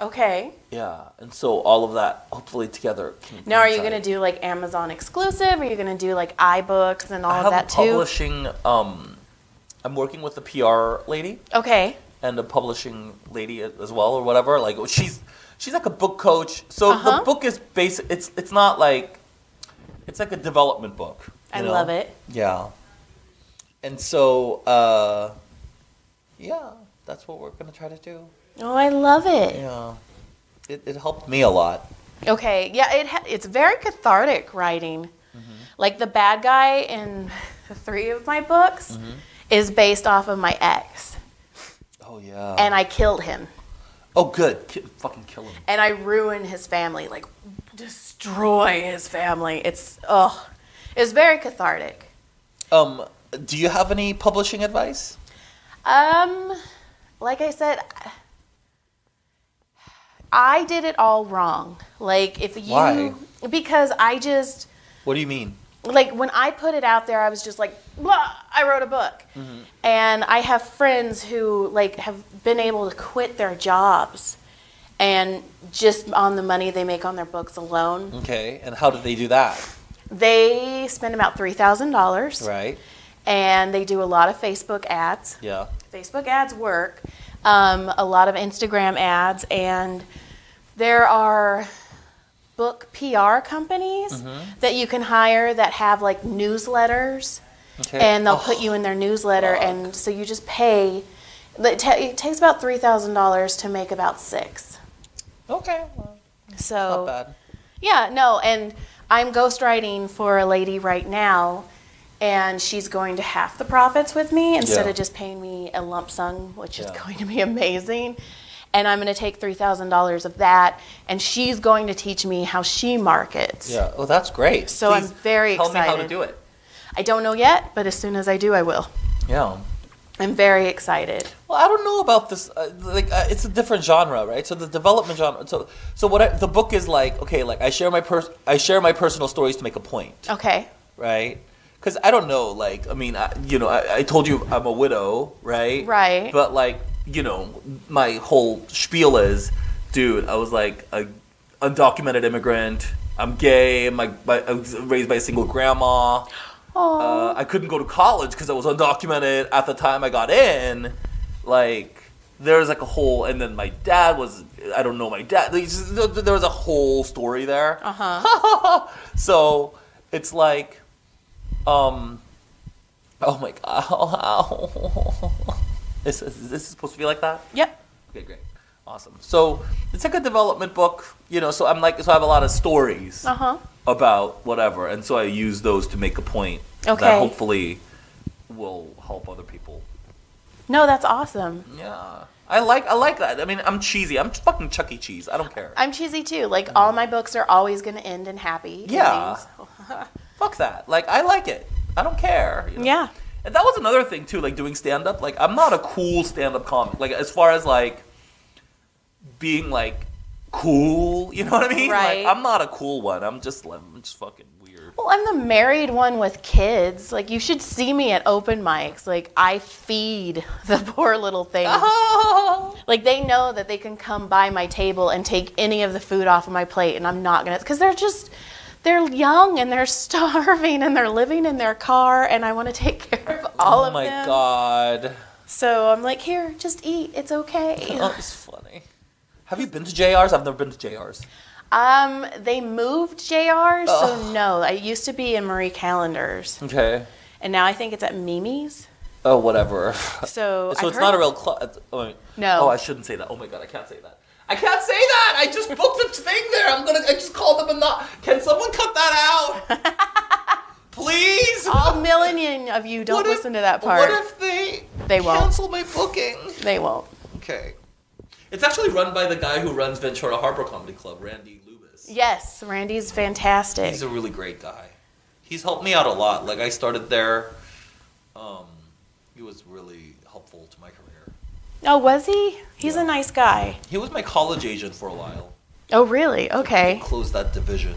S4: Okay.
S3: Yeah, and so all of that hopefully together. Can
S4: Now, are you
S3: coincide.
S4: gonna do like Amazon exclusive? Are you gonna do like iBooks and all
S3: I
S4: of
S3: have
S4: that
S3: a
S4: too?
S3: publishing. Um, I'm working with a PR lady
S4: Okay.
S3: and a publishing lady a- as well, or whatever. Like oh, she's she's like a book coach. So
S4: Uh-huh.
S3: the book is basic. It's it's not like it's like a development book. you
S4: I
S3: know?
S4: love it.
S6: yeah and so uh yeah that's what we're gonna try to do
S4: Oh, I love it.
S6: yeah it, it helped me a lot
S4: Okay. Yeah. It ha- it's very cathartic writing. Like the bad guy in three of my books is based off of my ex,
S6: oh yeah
S4: and I killed him.
S3: Oh, good. Ki- fucking kill him.
S4: and I ruin his family, like destroy his family. It's oh, it's very cathartic.
S6: Um, do you have any publishing advice?
S4: Um, like I said, I did it all wrong. Like if you
S6: Why?
S4: because I just
S6: What do you mean?
S4: like when I put it out there, I was just like, "Blah, I wrote a book. And I have friends who like have been able to quit their jobs and just on the money they make on their books alone.
S6: Okay, and how did they do that?
S4: They spend about three thousand dollars,
S6: Right?
S4: and they do a lot of Facebook ads.
S6: Yeah.
S4: Facebook ads work. Um, a lot of Instagram ads, and there are book PR companies
S6: Mm-hmm.
S4: that you can hire that have like newsletters,
S6: Okay. Oh.
S4: and they'll put you in their newsletter, and so you just pay. It, ta- it takes about three thousand dollars to make about six.
S3: Oh,
S6: Okay. Well,
S4: So
S6: not bad.
S4: yeah, no, and I'm ghostwriting for a lady right now, and she's going to half the profits with me instead
S6: Yeah.
S4: of just paying me a lump sum, which is
S6: Yeah.
S4: going to be amazing. And I'm going to take $3,000 of that, and she's going to teach me how she markets.
S6: Yeah. Oh, that's great.
S4: So I'm
S3: Please
S4: very
S3: tell
S4: excited.
S3: me how to do it.
S4: I don't know yet, but as soon as I do, I will.
S6: Yeah.
S4: I'm very excited.
S6: Well, I don't know about this. Uh, like, uh, it's a different genre, right? So the development genre. So, so what? I, the book is like, okay, like I share my pers- I share my personal stories to make a point.
S4: Okay.
S6: right? Because I don't know, like, I mean, I, you know, I, I told you I'm a widow, right?
S4: Right.
S3: But like, you know, my whole spiel is, dude, I was like a undocumented immigrant. I'm gay. My, my I was raised by a single grandma. Uh, I couldn't go to college because I was undocumented at the time I got in. Like, there was like a whole, and then my dad was, I don't know my dad. Like, just- There there was a whole story there. Uh huh. so it's like, um, oh my god, this is this is supposed to be like that?
S4: Yep.
S3: Okay, great, awesome. So it's like a development book, you know. So I'm like, so I have a lot of stories
S4: Uh huh.
S3: about whatever, and so I use those to make a point
S4: Okay.
S3: that hopefully will help other people.
S4: No, that's awesome.
S3: Yeah, I like I like that. I mean, I'm cheesy. I'm fucking Chuck E. Cheese. I don't care.
S4: I'm cheesy too. Like, all my books are always going to end in happy.
S3: Yeah.
S4: endings.
S3: Fuck that. Like I like it. I don't care. you know?
S4: Yeah.
S3: And that was another thing too, like doing stand up. Like I'm not a cool stand up comic. Like as far as like being like cool, you know what I mean?
S4: Right.
S3: Like I'm not a cool one. I'm just like I'm just fucking weird.
S4: Well, I'm the married one with kids. Like, you should see me at open mics. Like, I feed the poor little things.
S3: Uh-huh.
S4: Like, they know that they can come by my table and take any of the food off of my plate, and I'm not gonna, because they're just, they're young and they're starving and they're living in their car, and I want to take care of all
S3: oh
S4: of
S3: my
S4: them.
S3: god.
S4: So I'm like, here, just eat. It's okay.
S3: That was funny. Have you been to JR's? I've never been to JR's.
S4: um, they moved JR, so no. I used to be in Marie Callender's,
S3: Okay.
S4: and now I think it's at Mimi's.
S3: Oh, whatever.
S4: So,
S3: So
S4: I've
S3: it's
S4: heard-
S3: not a real club. Oh, wait.
S4: No.
S3: Oh, I shouldn't say that. Oh my god, I can't say that. I can't say that. I just booked a thing there. I'm gonna. I just called them and not. Can someone cut that out? Please.
S4: All million of you don't
S6: What if-
S4: listen to that part.
S6: What if they
S4: They won't.
S6: cancel my booking?
S4: they won't.
S6: Okay.
S3: It's actually run by the guy who runs Ventura Harbor Comedy Club, Randy Lubis.
S4: Yes, Randy's fantastic.
S3: He's a really great guy. He's helped me out a lot. Like I started there. Um, he was really helpful to my career.
S4: oh, was he? He's
S3: Yeah.
S4: a nice guy.
S3: He was my college agent for a while.
S4: Oh, really? Okay.
S3: Closed that division.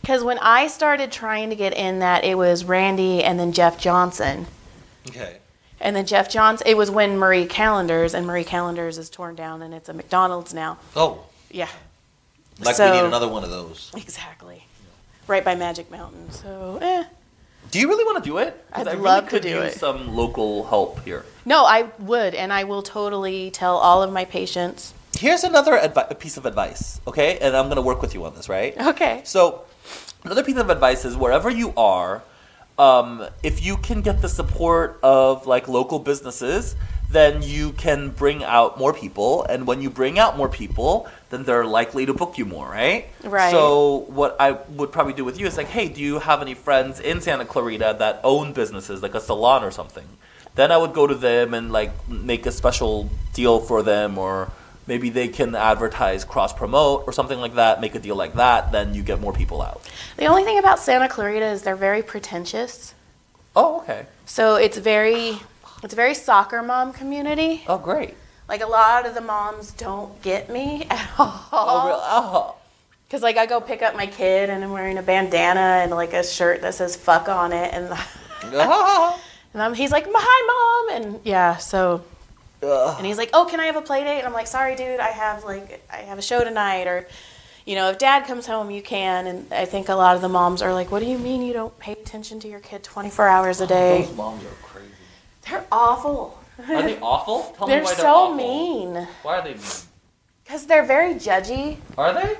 S4: Because when I started trying to get in that, it was Randy and then Jeff Johnson.
S3: Okay.
S4: And then Jeff Johnson, it was when Marie Callender's, and Marie Callender's is torn down and it's a McDonald's now.
S3: Oh,
S4: Yeah,
S3: like
S4: So-
S3: we need another one of those.
S4: exactly. Right by Magic Mountain. So, eh.
S3: Do you really want to do it? 'Cause
S4: I'd
S3: I really
S4: love to
S3: could
S4: do
S3: use
S4: it.
S3: Some local help here.
S4: No, I would, and I will totally tell all of my patients.
S3: Here's another advi- a piece of advice, okay? And I'm gonna work with you on this, right?
S4: Okay.
S3: So, another piece of advice is wherever you are, um, if you can get the support of like local businesses, then you can bring out more people. And when you bring out more people, then they're likely to book you more, right?
S4: Right.
S3: So, what I would probably do with you is like, hey, do you have any friends in Santa Clarita that own businesses, like a salon or something? Then I would go to them and like make a special deal for them or maybe they can advertise cross promote or something like that make a deal like that then you get more people out
S4: The only thing about Santa Clarita is they're very pretentious.
S3: oh okay
S4: So it's very, it's a very soccer mom community.
S3: oh great
S4: Like a lot of the moms don't get me at
S3: oh,
S4: all.
S3: real- oh.
S4: Because like I go pick up my kid and I'm wearing a bandana and like a shirt that says "fuck" on it, and and I'm, he's like, "Hi, mom," and yeah, so. And he's like, "Oh, can I have a play date?" And I'm like, "Sorry, dude, I have like I have a show tonight," or, you know, if dad comes home, you can. And I think a lot of the moms are like, "What do you mean you don't pay attention to your kid 24 hours a day?"
S3: Oh, those moms are crazy
S4: They're awful.
S3: are they awful Tell me
S4: They're
S3: why
S4: so
S3: they're awful.
S4: mean
S3: why are they mean
S4: because they're very judgy
S3: are they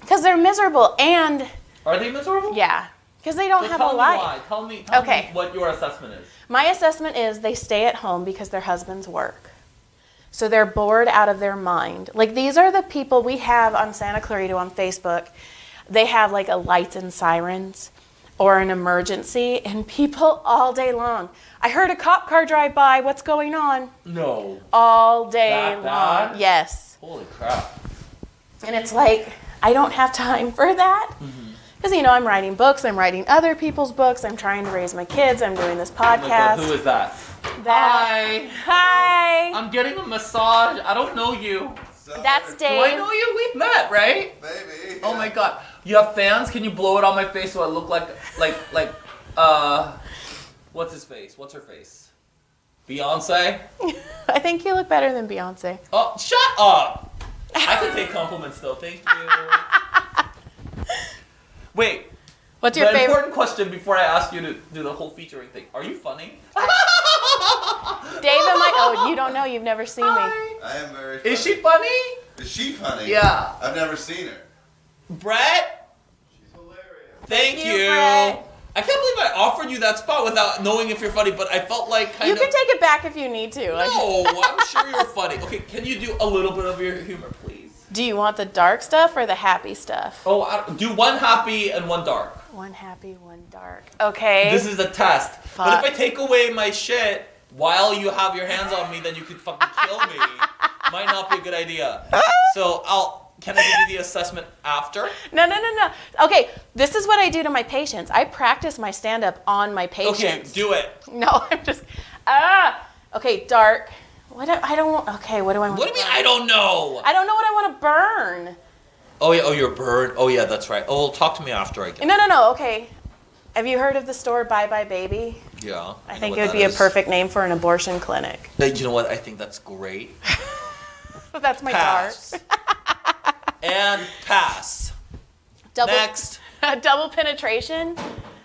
S4: because they're miserable and
S3: are they miserable
S4: yeah because they don't
S3: Well,
S4: have
S3: tell
S4: a
S3: me
S4: life.
S3: why. tell me tell me
S4: Okay.
S3: what your assessment is
S4: My assessment is they stay at home because their husbands work. So they're bored out of their mind. Like these are the people we have on Santa Clarita on Facebook. They have like a lights and sirens or an emergency and people all day long. I heard a cop car drive by. What's going on?
S3: no
S4: All day
S3: That
S4: long.
S3: bad?
S4: Yes.
S3: holy crap
S4: And it's like I don't have time for that.
S3: Mm-hmm.
S4: Cuz you know, I'm writing books, I'm writing other people's books, I'm trying to raise my kids, I'm doing this
S3: oh my god
S4: podcast.
S3: who is that hi
S4: that. Hi.
S3: i'm getting a massage i don't know you
S4: That's
S3: do i
S4: Dave.
S3: know you we've met right
S5: Baby.
S3: Oh my god. You have fans? Can you blow it on my face so I look like like like uh what's his face? What's her face? Beyonce?
S4: I think you look better than Beyonce.
S3: Oh shut up! I can take compliments though, thank you. Wait,
S4: What's
S3: the
S4: your favorite?
S3: important question before I ask you to do the whole featuring thing. Are you funny?
S4: Dave, I'm like, oh, you don't know. You've never seen me.
S5: I am very.
S3: Is she
S5: funny.
S3: funny?
S5: Is she funny?
S3: Yeah.
S5: I've never seen her.
S3: Brett?
S5: She's hilarious.
S3: Thank,
S4: you, Brett.
S3: I can't believe I offered you that spot without knowing if you're funny, but I felt like kind
S4: You
S3: of
S4: can take it back if you need to. Like,
S3: No, I'm sure you're funny. Okay, can you do a little bit of your humor, please?
S4: Do you want the dark stuff or the happy stuff?
S3: Oh, I, do one happy and one dark.
S4: One happy, one dark. Okay.
S3: This is a test. But if
S4: Fuck.
S3: I take away my shit while you have your hands on me, then you could fucking kill me. Might not be a good idea. So I'll. Can I give you the assessment after?
S4: no, no, no, no. Okay, this is what I do to my patients. I practice my stand up on my
S3: Okay,
S4: patients.
S3: do it.
S4: No, I'm just ah. Okay, dark. What do, I don't want. Okay, what do I want?
S3: What do you mean? I don't know.
S4: I don't know what I want to burn.
S3: Oh yeah. Oh, you're burned. Oh yeah, that's right. Oh, well, talk to me after I get.
S4: No, no, no. Okay. Have you heard of the store Bye Bye Baby?
S3: Yeah.
S4: I think it would be a perfect name for an abortion clinic.
S3: You know what? I think that's great.
S4: But that's my
S3: Pass. and pass.
S4: dark. Double,
S3: Next.
S4: a double penetration.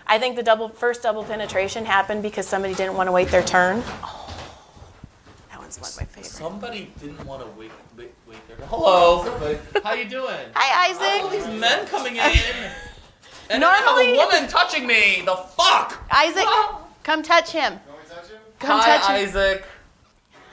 S4: I think the double first double penetration happened because somebody didn't want to wait their turn. Oh, that one's one of my favorites.
S3: Somebody didn't want to wait. wait, wait there. Hello. How you doing?
S4: Hi,
S3: All
S4: Isaac.
S3: these men coming in. And
S4: Normally-
S3: then I have a woman touching me. The fuck.
S4: Isaac, come touch him.
S5: Don't we touch him?
S4: Come
S3: Hi,
S4: touch him.
S3: Isaac.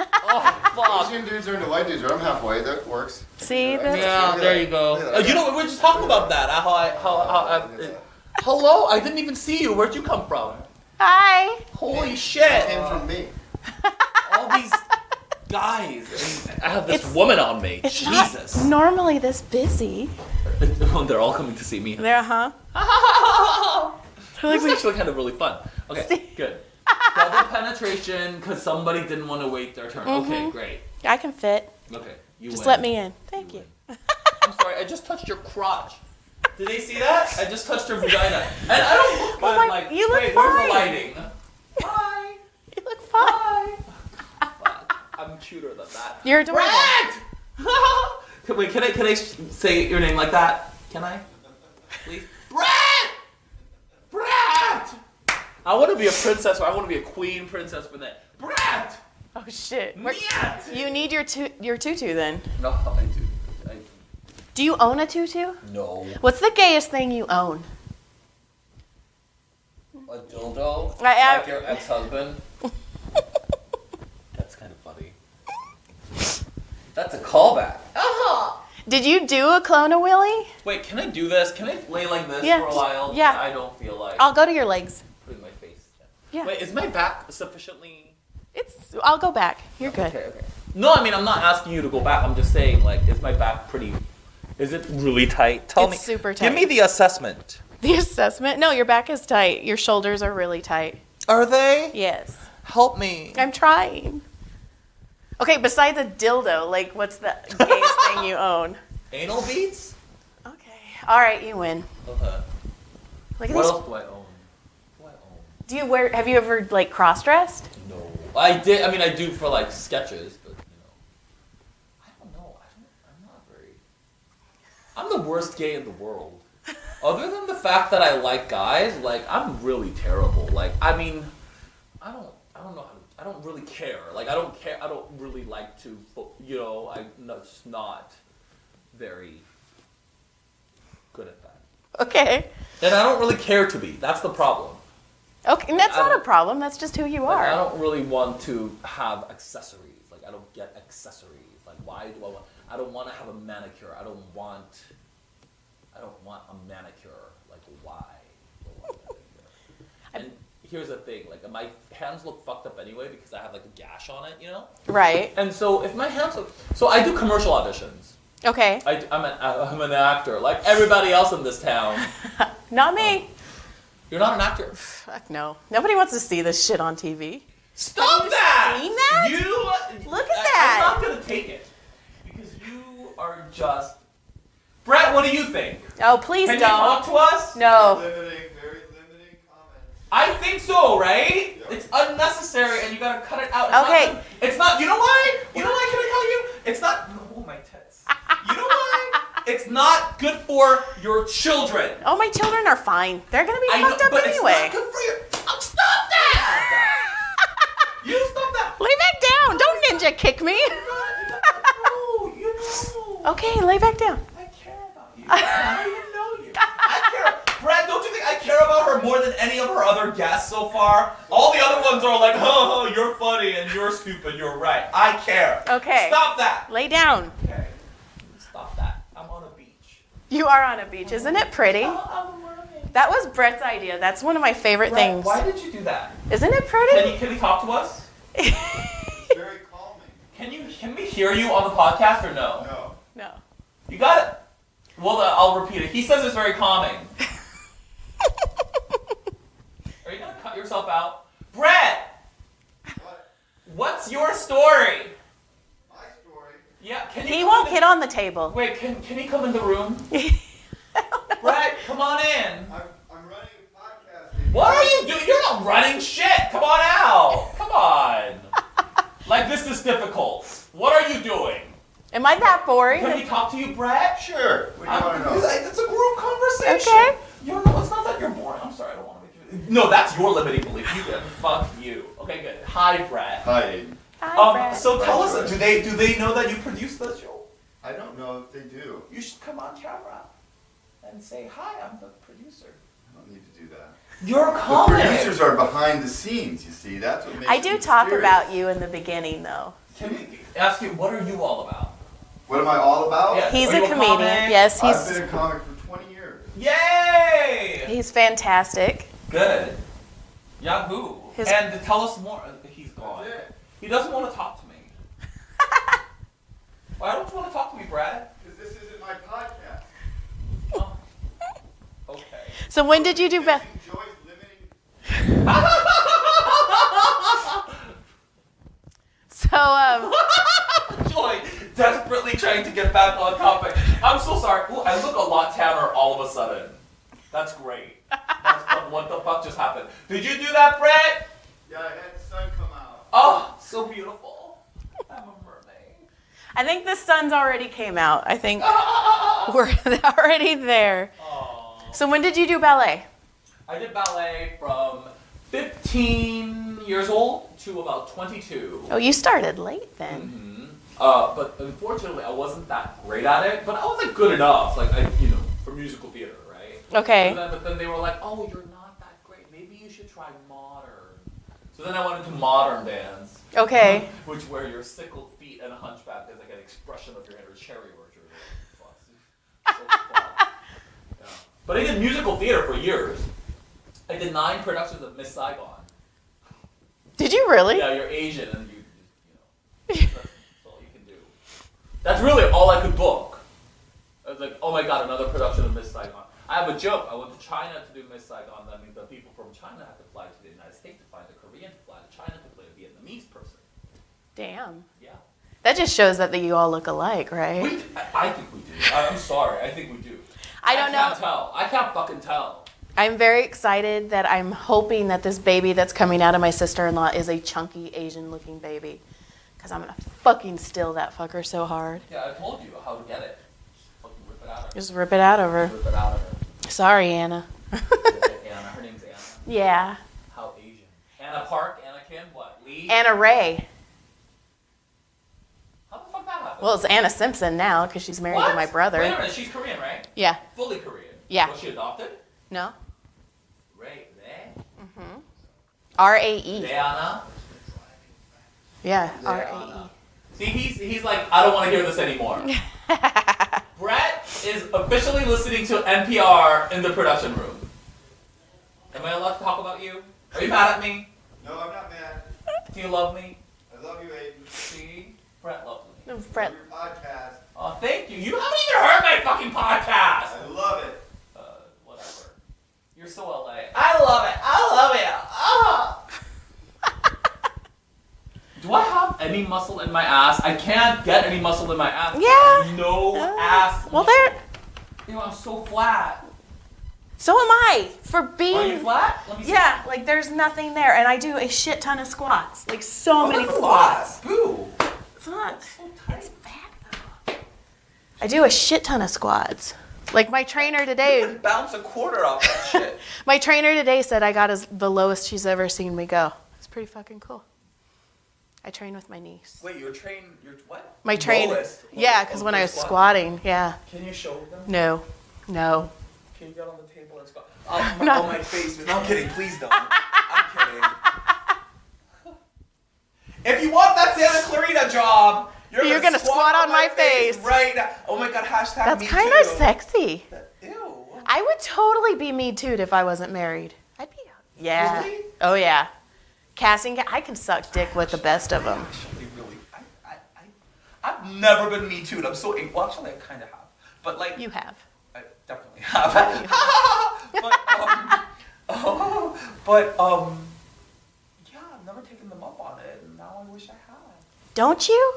S3: oh fuck.
S5: Asian dudes are into white dudes, right? I'm halfway. That works.
S4: See,
S5: Right?
S4: that's-
S3: Yeah, there you go.
S5: Look at that.
S3: Uh, you know, we were just talking about that. Uh, How I, how, how, I,
S5: Look at that.
S3: hello, I didn't even see you. Where'd you come from?
S4: Hi.
S3: Holy
S5: That
S3: shit!
S5: came from me.
S3: All these guys. and I have this woman on me.
S4: It's not
S3: Jesus.
S4: normally this busy.
S3: They're all coming to see me.
S4: There, huh?
S3: This is actually kind of really fun. Okay, good. Double penetration because somebody didn't want to wait their turn. Okay, great.
S4: I can fit.
S3: Okay, you
S4: Mm-hmm. Just
S3: win.
S4: let me in. Thank you.
S3: I'm sorry, I just touched your crotch. Did they see that? I just touched your vagina. And I don't look, but
S4: Oh my-
S3: I'm like,
S4: you look
S3: wait, where's
S4: fine.
S3: the lighting? Hi.
S4: You look fine.
S3: Fuck, I'm cuter than that.
S4: You're adorable.
S3: Brett! Wait, can I can I s- say your name like that? Can I? Please. Brett! Brett! I want to be a princess, or I want to be a queen princess for that. Brett!
S4: Oh shit. We're-
S3: Brett!
S4: You need your tu- your tutu then.
S3: No, I do. I,
S4: Do you own a tutu?
S3: no.
S4: What's the gayest thing you own?
S3: A dildo?
S4: I am-
S3: Like your ex-husband? That's kind of funny. That's a callback.
S4: Did you do a clone of Willy?
S3: Wait, can I do this? Can I lay like this
S4: Yeah,
S3: for a
S4: just-
S3: while?
S4: yeah.
S3: I don't feel like
S4: I'll go to your legs.
S3: putting my face down.
S4: Yeah.
S3: Wait, is my back sufficiently...
S4: It's. I'll go back. You're good.
S3: Okay, okay. No, I mean, I'm not asking you to go back. I'm just saying, like, is my back pretty... Is it really tight? Tell
S4: It's
S3: me.
S4: super
S3: Give me
S4: tight.
S3: the assessment.
S4: The assessment. No, your back is tight. Your shoulders are really tight.
S3: Are they?
S4: Yes.
S3: Help me.
S4: I'm trying. Okay. Besides a dildo, like, what's the gayest thing you own?
S3: Anal beads?
S4: Okay. All right, you win.
S3: Okay.
S4: Look at
S3: What
S4: these.
S3: else do I own? What do I own?
S4: Do you wear? Have you ever like cross dressed?
S3: No. I did. I mean, I do for like sketches, but you know, I don't know. I don't. I'm not very. I'm the worst gay in the world. Other than the fact that I like guys, like I'm really terrible. Like I mean, I don't. I don't know how. To, I don't really care. Like I don't care. I don't really like to. fo- You know, I'm not, just not very good at that.
S4: Okay.
S3: And I don't really care to be. That's the problem.
S4: Okay, and that's
S3: I
S4: not a
S3: don't-
S4: problem. That's just who you
S3: Like,
S4: are.
S3: I don't really want to have accessories. Like I don't get accessories. Like why do I want? I don't want to have a manicure. I don't want. I don't want a manicure. Like why? do I want a manicure? And here's the thing. Like my hands look fucked up anyway because I have like a gash on it. You know.
S4: Right.
S3: And so if my hands look, so I do commercial auditions.
S4: Okay.
S3: I, I'm an I'm an actor like everybody else in this town.
S4: Not me.
S3: Oh. You're not an actor.
S4: Fuck no. Nobody wants to see this shit on TV.
S3: Stop that!
S4: seen that?
S3: You
S4: Look at
S3: I-
S4: that.
S3: I'm not gonna take it because you are just. Brett, what do you think?
S4: Oh, please
S3: Can you
S4: don't.
S3: talk to us?
S4: No.
S5: Limiting, very limiting comments.
S3: I think so, right?
S5: Yep.
S3: It's unnecessary, and you gotta cut it out. It's
S4: Okay.
S3: Not, it's not. You know why? You know why? Can I tell you? It's not. Oh my tits. You know why? It's not good for your children.
S4: Oh, my children are fine. They're gonna be
S3: I know,
S4: fucked up
S3: but
S4: anyway.
S3: it's not good for your. Oh, stop that! you stop that.
S4: Lay back down. Don't ninja kick me.
S3: No, you know.
S4: Okay, lay back down.
S3: I care about you. I don't even know you. I care. Brad, don't you think I care about her more than any of her other guests so far? All the other ones are like, oh, you're funny and you're stupid. You're right. I care.
S4: Okay.
S3: Stop that.
S4: Lay down.
S3: Okay. Stop that. I'm on a beach.
S4: You are on a beach. Isn't it pretty?
S3: I'm a mermaid.
S4: That was Brett's idea. That's one of my favorite
S3: Brad,
S4: things.
S3: Why did you do that?
S4: Isn't
S3: Can
S4: it pretty?
S3: you can you talk to us?
S5: It's very calming.
S3: Can you can we hear you on the podcast or no?
S5: No.
S4: No.
S3: You got it. Well, uh, I'll repeat it. He says it's very calming. Are you gonna cut yourself out, Brett?
S5: What?
S3: What's your story?
S5: My story.
S3: Yeah, can you?
S4: He
S3: come
S4: won't
S3: in
S4: get on the table.
S3: Wait, can can he come in the room? Brett, come on in.
S5: I'm, I'm running a podcast.
S3: What are you doing? You're not running shit. Come on out. Come on. like this is difficult. What are you doing?
S4: Am I that boring?
S3: Can we talk to you, Brett?
S5: Sure. What do you want to know?
S3: It's a group conversation.
S4: Okay.
S3: You're No, that's your limiting belief. You fuck you. Okay, good. Hi, Brad.
S5: Hi, Aiden.
S4: Hi,
S3: Um,
S4: Brad.
S3: so tell
S5: Brad.
S3: us, do they do they know that you produce the show?
S5: I don't know if they do.
S3: You should come on camera and say, "Hi, I'm the producer."
S5: I don't need to do that.
S3: You're a
S5: The
S3: comic.
S5: producers are behind the scenes, you see. That's what makes
S4: I
S5: it
S4: do talk
S5: mysterious.
S4: about you in the beginning, though.
S3: Can we ask you what are you all about?
S5: What am I all about?
S3: Yeah.
S4: He's
S3: Are
S4: a
S3: you a
S4: comedian.
S3: comic?
S4: yes,
S5: I've been
S4: he's
S5: a comic for 20 years.
S3: Yay!
S4: he's fantastic.
S3: Good. Yahoo.
S4: His-
S3: And tell us more. He's gone.
S5: That's it.
S3: He doesn't want to talk to me. Why don't you want to talk to me, Brad? Oh.
S5: 'Cause this isn't my podcast.
S3: Okay.
S4: So when did you do Beth?
S5: She enjoys limiting
S4: So um,
S3: Joy, desperately trying to get back on topic. I'm so sorry. Ooh, I look a lot tanner all of a sudden. That's great. That's fu- what the fuck just happened? Did you do that, Brad?
S5: Yeah, I had the sun come out.
S3: Oh, so beautiful. I'm a mermaid.
S4: I think the sun's already came out. I think we're already there.
S3: Aw.
S4: So when did you do ballet?
S3: I did ballet from 15 years old to about 22.
S4: Oh, you started late then.
S3: hmm Uh, but unfortunately, I wasn't that great at it. But I was like good enough, like I, you know, for musical theater, right?
S4: Okay.
S3: And then- but then they were like, "Oh, you're not that great. Maybe you should try modern." So then I went into modern dance,
S4: Okay.
S3: which where your sickled feet and a hunchback is like an expression of your inner cherry orchard. So fun. Yeah. But I did musical theater for years. I did nine productions of Miss Saigon.
S4: Did you really?
S3: Yeah, you're Asian, and you, you know, that's all you can do. That's really all I could book. I was like, oh my god, another production of Miss Saigon. I have a joke. I went to China to do Miss Saigon. That means that people from China have to fly to the United States to fly to Korean to fly to China to play a Vietnamese person.
S4: Damn.
S3: Yeah,
S4: That just shows that you all look alike, right?
S3: we. I, I think we do. I, I'm sorry. I think we do.
S4: I don't
S3: can't
S4: know.
S3: Tell. I can't fucking tell.
S4: I'm very excited that I'm hoping that this baby that's coming out of my sister-in-law is a chunky Asian-looking baby, because I'm gonna fucking steal that fucker so hard.
S3: Yeah, I told you how to get it. Fucking rip it out of her.
S4: Just rip it out of her.
S3: Rip it out of her.
S4: Sorry, Anna.
S3: Anna. Her name's Anna.
S4: yeah.
S3: How Asian? Anna Park. Anna Kim. What? Lee.
S4: Anna Ray.
S3: How the fuck that happened?
S4: Well, it's Anna Simpson now because she's married
S3: What?
S4: to my brother.
S3: Wait a minute, she's Korean, right?
S4: Yeah.
S3: Fully Korean.
S4: Yeah.
S3: Was she adopted?
S4: No.
S3: Right there.
S4: R A E.
S3: Diana.
S4: Yeah. R A
S3: Diana. See, he's he's like, I don't want to hear this anymore.
S4: E.
S3: Brett is officially listening to NPR in the production room. Am I allowed to talk about you? Are you mad at me?
S5: No, I'm not mad.
S3: Do you love me?
S5: I love you, Aiden.
S3: See, Brett loves me.
S4: E.
S5: I
S4: Brett.
S5: love your podcast.
S3: Oh, thank you. You haven't even heard my fucking podcast.
S5: I love it.
S3: uh, whatever. You're so LA. I love it. I love it. Ah. Do I have any muscle in my ass? I can't get any muscle in my ass.
S4: Yeah.
S3: I have No
S4: Uh,
S3: ass.
S4: Well,
S3: muscle.
S4: there.
S3: You know, I'm so flat.
S4: So am I for
S3: Are you
S4: being.
S3: flat? Let me see.
S4: Yeah, like there's nothing there, and I do a shit ton of squats, like so
S3: Oh,
S4: many
S3: that's a lot.
S4: squats.
S3: Boo.
S4: It's not.
S3: So tight.
S4: I do a shit ton of squats. Like my trainer
S3: You
S4: today,
S3: can bounce a quarter off that shit.
S4: my trainer today said I got as the lowest she's ever seen me go. It's pretty fucking cool. I train with my niece.
S3: Wait, you're trained. You're what?
S4: My train.
S3: Lowest.
S4: Yeah,
S3: Lowest
S4: because when I was
S3: squat.
S4: squatting, yeah.
S3: Can you show them?
S4: No, no.
S3: Can you get on the table and squat? Oh, my,
S4: No.
S3: oh, my face. was- No, I'm kidding. Please don't. I'm kidding. If you want that Santa Clarita job, you're,
S4: You're
S3: gonna,
S4: gonna squat on my face.
S3: right now. Oh my god, hashtag
S4: That's
S3: me
S4: kind
S3: too.
S4: of sexy.
S3: Ew.
S4: I would totally be me too'd if I wasn't married. I'd be. Yeah.
S3: Really?
S4: Oh yeah. Casting. ca- I can suck dick with the best of them.
S3: Actually, really, I, I, I, I've never been me too. I'm so ang- well, actually, I kind of have, but like
S4: You have.
S3: I definitely have. but, um, oh, but um, yeah, I've never taken them up on it, and now I wish I had.
S4: Don't you?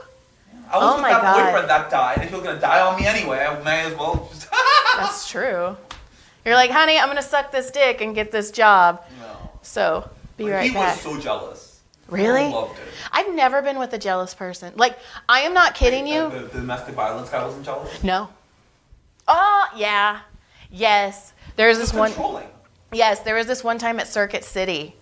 S3: I was
S4: Oh
S3: with
S4: my
S3: that
S4: God.
S3: boyfriend that died. If he was gonna die on me anyway, I may as well just.
S4: That's true. You're like, honey, I'm gonna suck this dick and get this job.
S3: no.
S4: So be
S3: Like,
S4: right
S3: he
S4: back.
S3: was so jealous. I
S4: really?
S3: loved it.
S4: I've never been with a jealous person. Like, I am not kidding
S3: Wait,
S6: uh,
S4: you.
S3: The, the domestic violence guy wasn't jealous.
S4: No. Oh yeah. Yes. There's
S3: He was
S4: this one.
S3: controlling.
S4: Yes, there was this one time at Circuit City.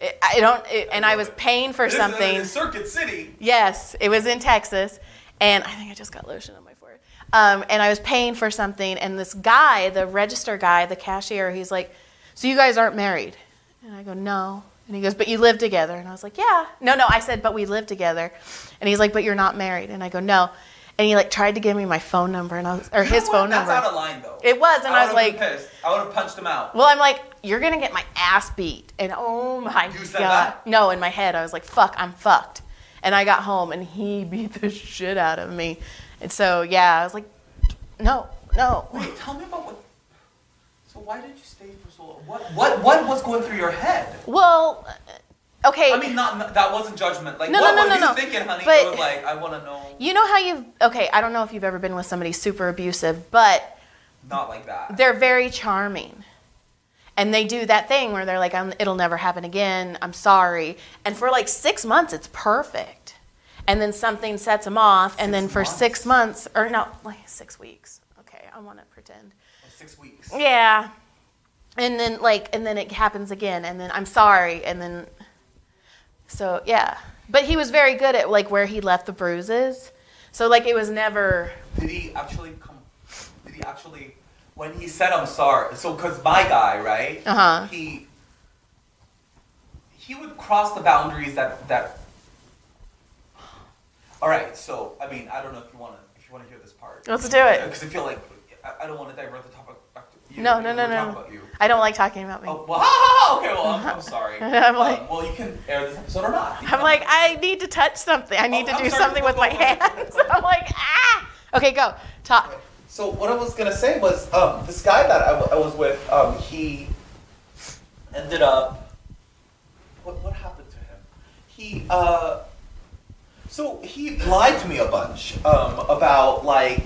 S4: It- I don't, it- and I was paying for something.
S6: Circuit City.
S4: Yes, it was in Texas, and I think I just got lotion on my forehead. Um, and I was paying for something, and this guy, the register guy, the cashier, he's like, "So you guys aren't married?" And I go, "No." And he goes, "But you live together?" And I was like, "Yeah." No, no, I said, "But we live together," and he's like, "But you're not married?" And I go, "No." And he like tried to give me my phone number and I was, or his phone
S6: That's
S4: number.
S6: out of line though.
S4: It was, and I, was
S6: would've
S4: like,
S6: been pissed. I would have punched him out.
S4: well, I'm like, you're gonna get my ass beat, and oh my
S6: You said
S4: god,
S6: that?
S4: no! In my head, I was like, fuck, I'm fucked. And I got home, and he beat the shit out of me, and so yeah, I was like, no, no.
S6: Wait, tell me about what. So why did you stay for so long? What what what was going through your head?
S4: Well, uh, okay,
S6: I mean, not, not- that wasn't judgment. Like
S4: No,
S6: what
S4: no, no,
S6: were
S4: no,
S6: you
S4: no.
S6: thinking, honey?
S4: But-
S6: it was like I want to know,
S4: you know how you've okay, I don't know if you've ever been with somebody super abusive, but
S6: not like that.
S4: they're very charming. And they do that thing where they're like, i it'll never happen again. I'm sorry. And for like six months, it's perfect. And then something sets them off. And then
S6: Six
S4: for
S6: months?
S4: six months, or no, like six weeks. Okay, I want to pretend.
S6: Six weeks.
S4: Yeah. And then like, and then it happens again. And then I'm sorry. And then, so yeah. But he was very good at like where he left the bruises. So like it was never.
S6: Did he actually come? Did he actually? When he said I'm sorry, so because my guy, right?
S4: Uh-huh.
S6: He he would cross the boundaries that that. All right, so I mean, I don't know if you want to if you want to hear this part
S4: Let's do it.
S6: because I feel like I, I don't want to divert the topic. back to you.
S4: No,
S6: We
S4: no,
S6: were
S4: no,
S6: talking
S4: no.
S6: About you.
S4: I don't like talking about me.
S6: Oh, wow. Okay, well, I'm, I'm sorry.
S4: I'm like-
S6: Um, well, you can air this episode or not.
S4: I'm like, I need to touch something. I need
S6: Oh,
S4: to
S6: I'm
S4: do
S6: sorry.
S4: something with my hands. I'm like, ah. Okay, go. Talk.
S6: So what I was gonna say was, um, this guy that I, w- I was with, um, he ended up. What what happened to him? He uh. So he lied to me a bunch um, about like,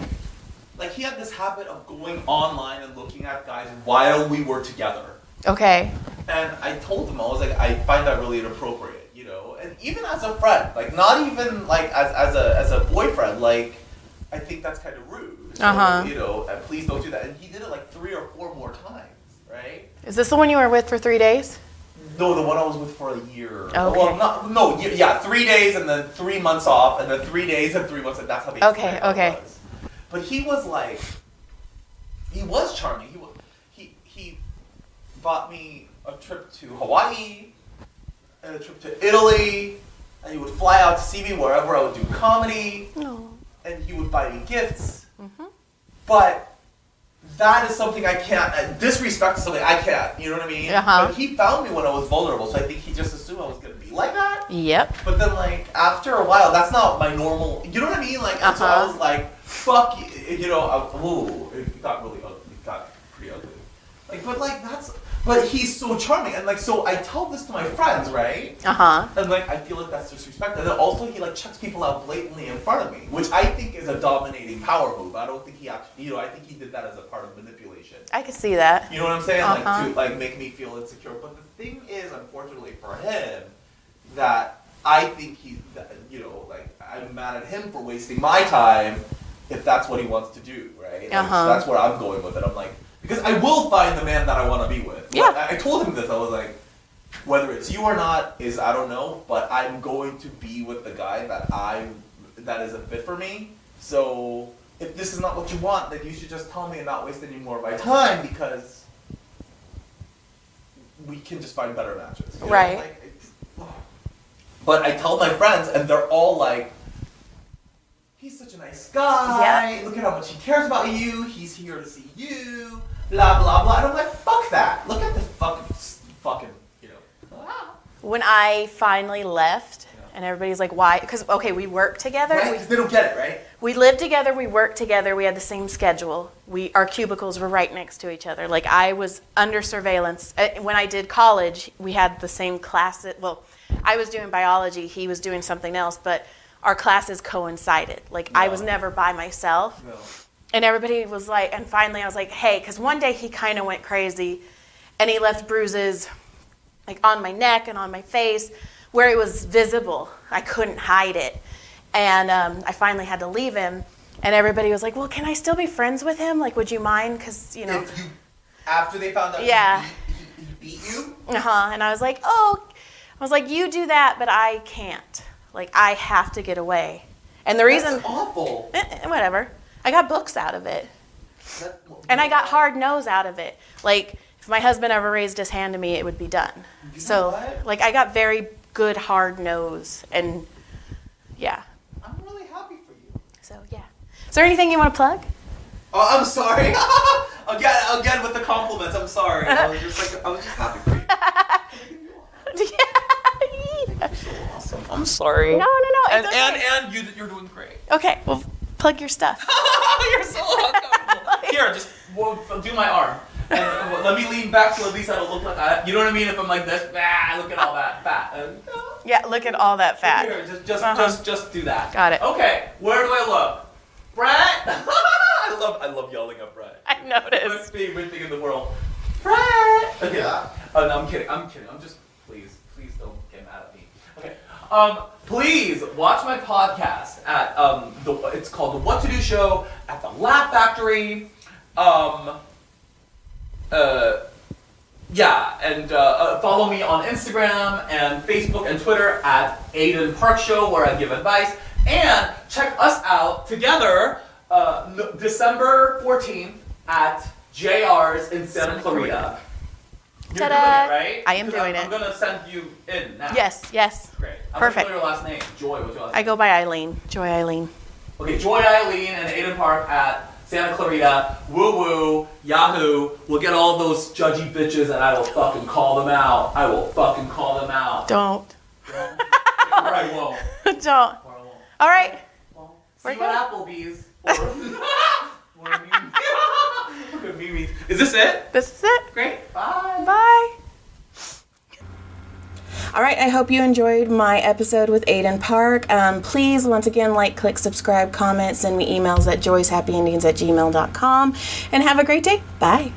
S6: like he had this habit of going online and looking at guys while we were together.
S4: Okay.
S6: And I told him, I was like, I find that really inappropriate, you know? And even as a friend, like, not even, like, as, as, a, as a boyfriend, like, I think that's kind of rude. So,
S4: Uh-huh.
S6: You know, and please don't do that. And he did it, like, three or four more times, right?
S4: Is this the one you were with for three days?
S6: No, the one I was with for a year.
S4: Oh, Okay.
S6: Well, not, no, y- yeah, three days and then three months off, and then three days and three months, and that's how big.
S4: Okay, okay.
S6: Was. But he was like, he was charming. He wa- he he bought me a trip to Hawaii and a trip to Italy, and he would fly out to see me wherever I would do comedy,
S4: No.
S6: and he would buy me gifts. But that is something I can't uh, disrespect is something I can't. You know what I mean?
S4: Uh-huh.
S6: But he found me when I was vulnerable, so I think he just assumed I was gonna be like that.
S4: Yep.
S6: But then like after a while, that's not my normal. You know what I mean? Like and so I
S4: Uh-huh.
S6: was like, fuck you. You know, I, ooh, it got really ugly. It got pretty ugly. Like, but like that's. But he's so charming, and like so I tell this to my friends, right?
S4: Uh huh.
S6: And like I feel like that's disrespectful. And then also he like checks people out blatantly in front of me, which I think is a dominating power move. I don't think he actually, you know, I think he did that as a part of manipulation.
S4: I could see that.
S6: You know what I'm saying?
S4: Uh-huh.
S6: Like to like make me feel insecure. But the thing is, unfortunately for him, that I think he's, that- you know, like I'm mad at him for wasting my time if that's what he wants to do, right? Like, so
S4: Uh-huh.
S6: that's where I'm going with it. I'm like, because I will find the man that I want to be with.
S4: Yeah.
S6: Like, I, I told him this. I was like, whether it's you or not is I don't know, but I'm going to be with the guy that I that is a fit for me. So if this is not what you want, then you should just tell me and not waste any more of my time because we can just find better matches. you know?
S4: Right.
S6: Like, it's- but I tell my friends, and they're all like, "He's such a nice guy. Look at how much he cares about you. He's here to see you. Blah blah blah." And I'm like, "Fuck that. Look at the fucking fucking you know." Ah.
S4: When I finally left,
S6: Yeah.
S4: and everybody's like, why? Because, okay, we worked together.
S6: Right?
S4: We,
S6: 'Cause they don't get it, right?
S4: we lived together. We worked together. We had the same schedule. We, our cubicles were right next to each other. Like, I was under surveillance. Uh, When I did college, we had the same classes. Well, I was doing biology, he was doing something else, but our classes coincided. Like, I was
S6: Wow.
S4: never by myself.
S6: No.
S4: And everybody was like, and finally I was like, hey, because one day he kind of went crazy and he left bruises like on my neck and on my face where it was visible. I couldn't hide it. And um, I finally had to leave him. And everybody was like, well, can I still be friends with him? Like, would you mind? Because, you know.
S6: If you after they found out,
S4: Yeah.
S6: he, he
S4: Uh huh. And I was like, oh, I was like, you do that, but I can't. Like, I have to get away. And the reason,
S6: That's awful.
S4: eh, eh, whatever. I got books out of it,
S6: That-
S4: and I got hard nose out of it. Like, if my husband ever raised his hand to me, it would be done.
S6: You know
S4: so,
S6: what?
S4: like, I got very good hard nose, and yeah.
S6: I'm really happy for you.
S4: So yeah. Is there anything you want to plug?
S6: Oh, I'm sorry. again, again with the compliments. I'm sorry. I was just like, I was just happy for you.
S4: yeah.
S6: Awesome. I'm sorry.
S4: No, no, no. It's
S6: And
S4: okay.
S6: and and you, you're doing great.
S4: okay. Well, plug your stuff.
S6: you're so uncomfortable. Here, just well, do my arm. And well, let me lean back so at least I don't look like I. You know what I mean? If I'm like this, ah, look at all that fat. And, ah,
S4: Yeah. Look at all that fat.
S6: Here, just just,
S4: Uh-huh.
S6: just just do that.
S4: Got it.
S6: Okay, where do I look? Brett. I love I love yelling at Brett.
S4: I
S6: My
S4: noticed.
S6: favorite thing in the world. Brett. Okay.
S5: Yeah.
S6: Oh, no, I'm kidding. I'm kidding. I'm just please, please don't get mad at me. Okay. Um, please watch my podcast at um the it's called the What to Do Show at the Laugh Factory. Um. Uh. Yeah, and uh, uh, follow me on Instagram and Facebook and Twitter at Aiden Park Show, where I give advice. And check us out together uh, no- December 14th at JR's in Santa Clarita. You're
S4: Ta-da.
S6: doing it, right?
S4: I am
S6: Because I'm-
S4: doing it.
S6: I'm going to send you in now.
S4: Yes. Yes.
S6: Great. I'm
S4: Perfect.
S6: Gonna know your last name. Joy, what's your last
S4: I go by Eileen. Joy Eileen.
S6: Okay, Joy Eileen and Aiden Park at Santa Clarita. Woo woo. Yahoo. We'll get all those judgy bitches and I will fucking call them out. I will fucking call them out.
S4: Don't.
S6: or I won't.
S4: Don't. All
S6: Or I won't.
S4: right.
S6: Well,
S4: We're
S6: see you at Applebee's. Or- or Mimi's. Okay, Mimi's. Is this it?
S4: This is it.
S6: Great. Bye.
S4: Bye.
S1: All right, I hope you enjoyed my episode with Aiden Park. Um, please, once again, like, click, subscribe, comment, send me emails at joyshappyendings at gmail.com, and have a great day. Bye.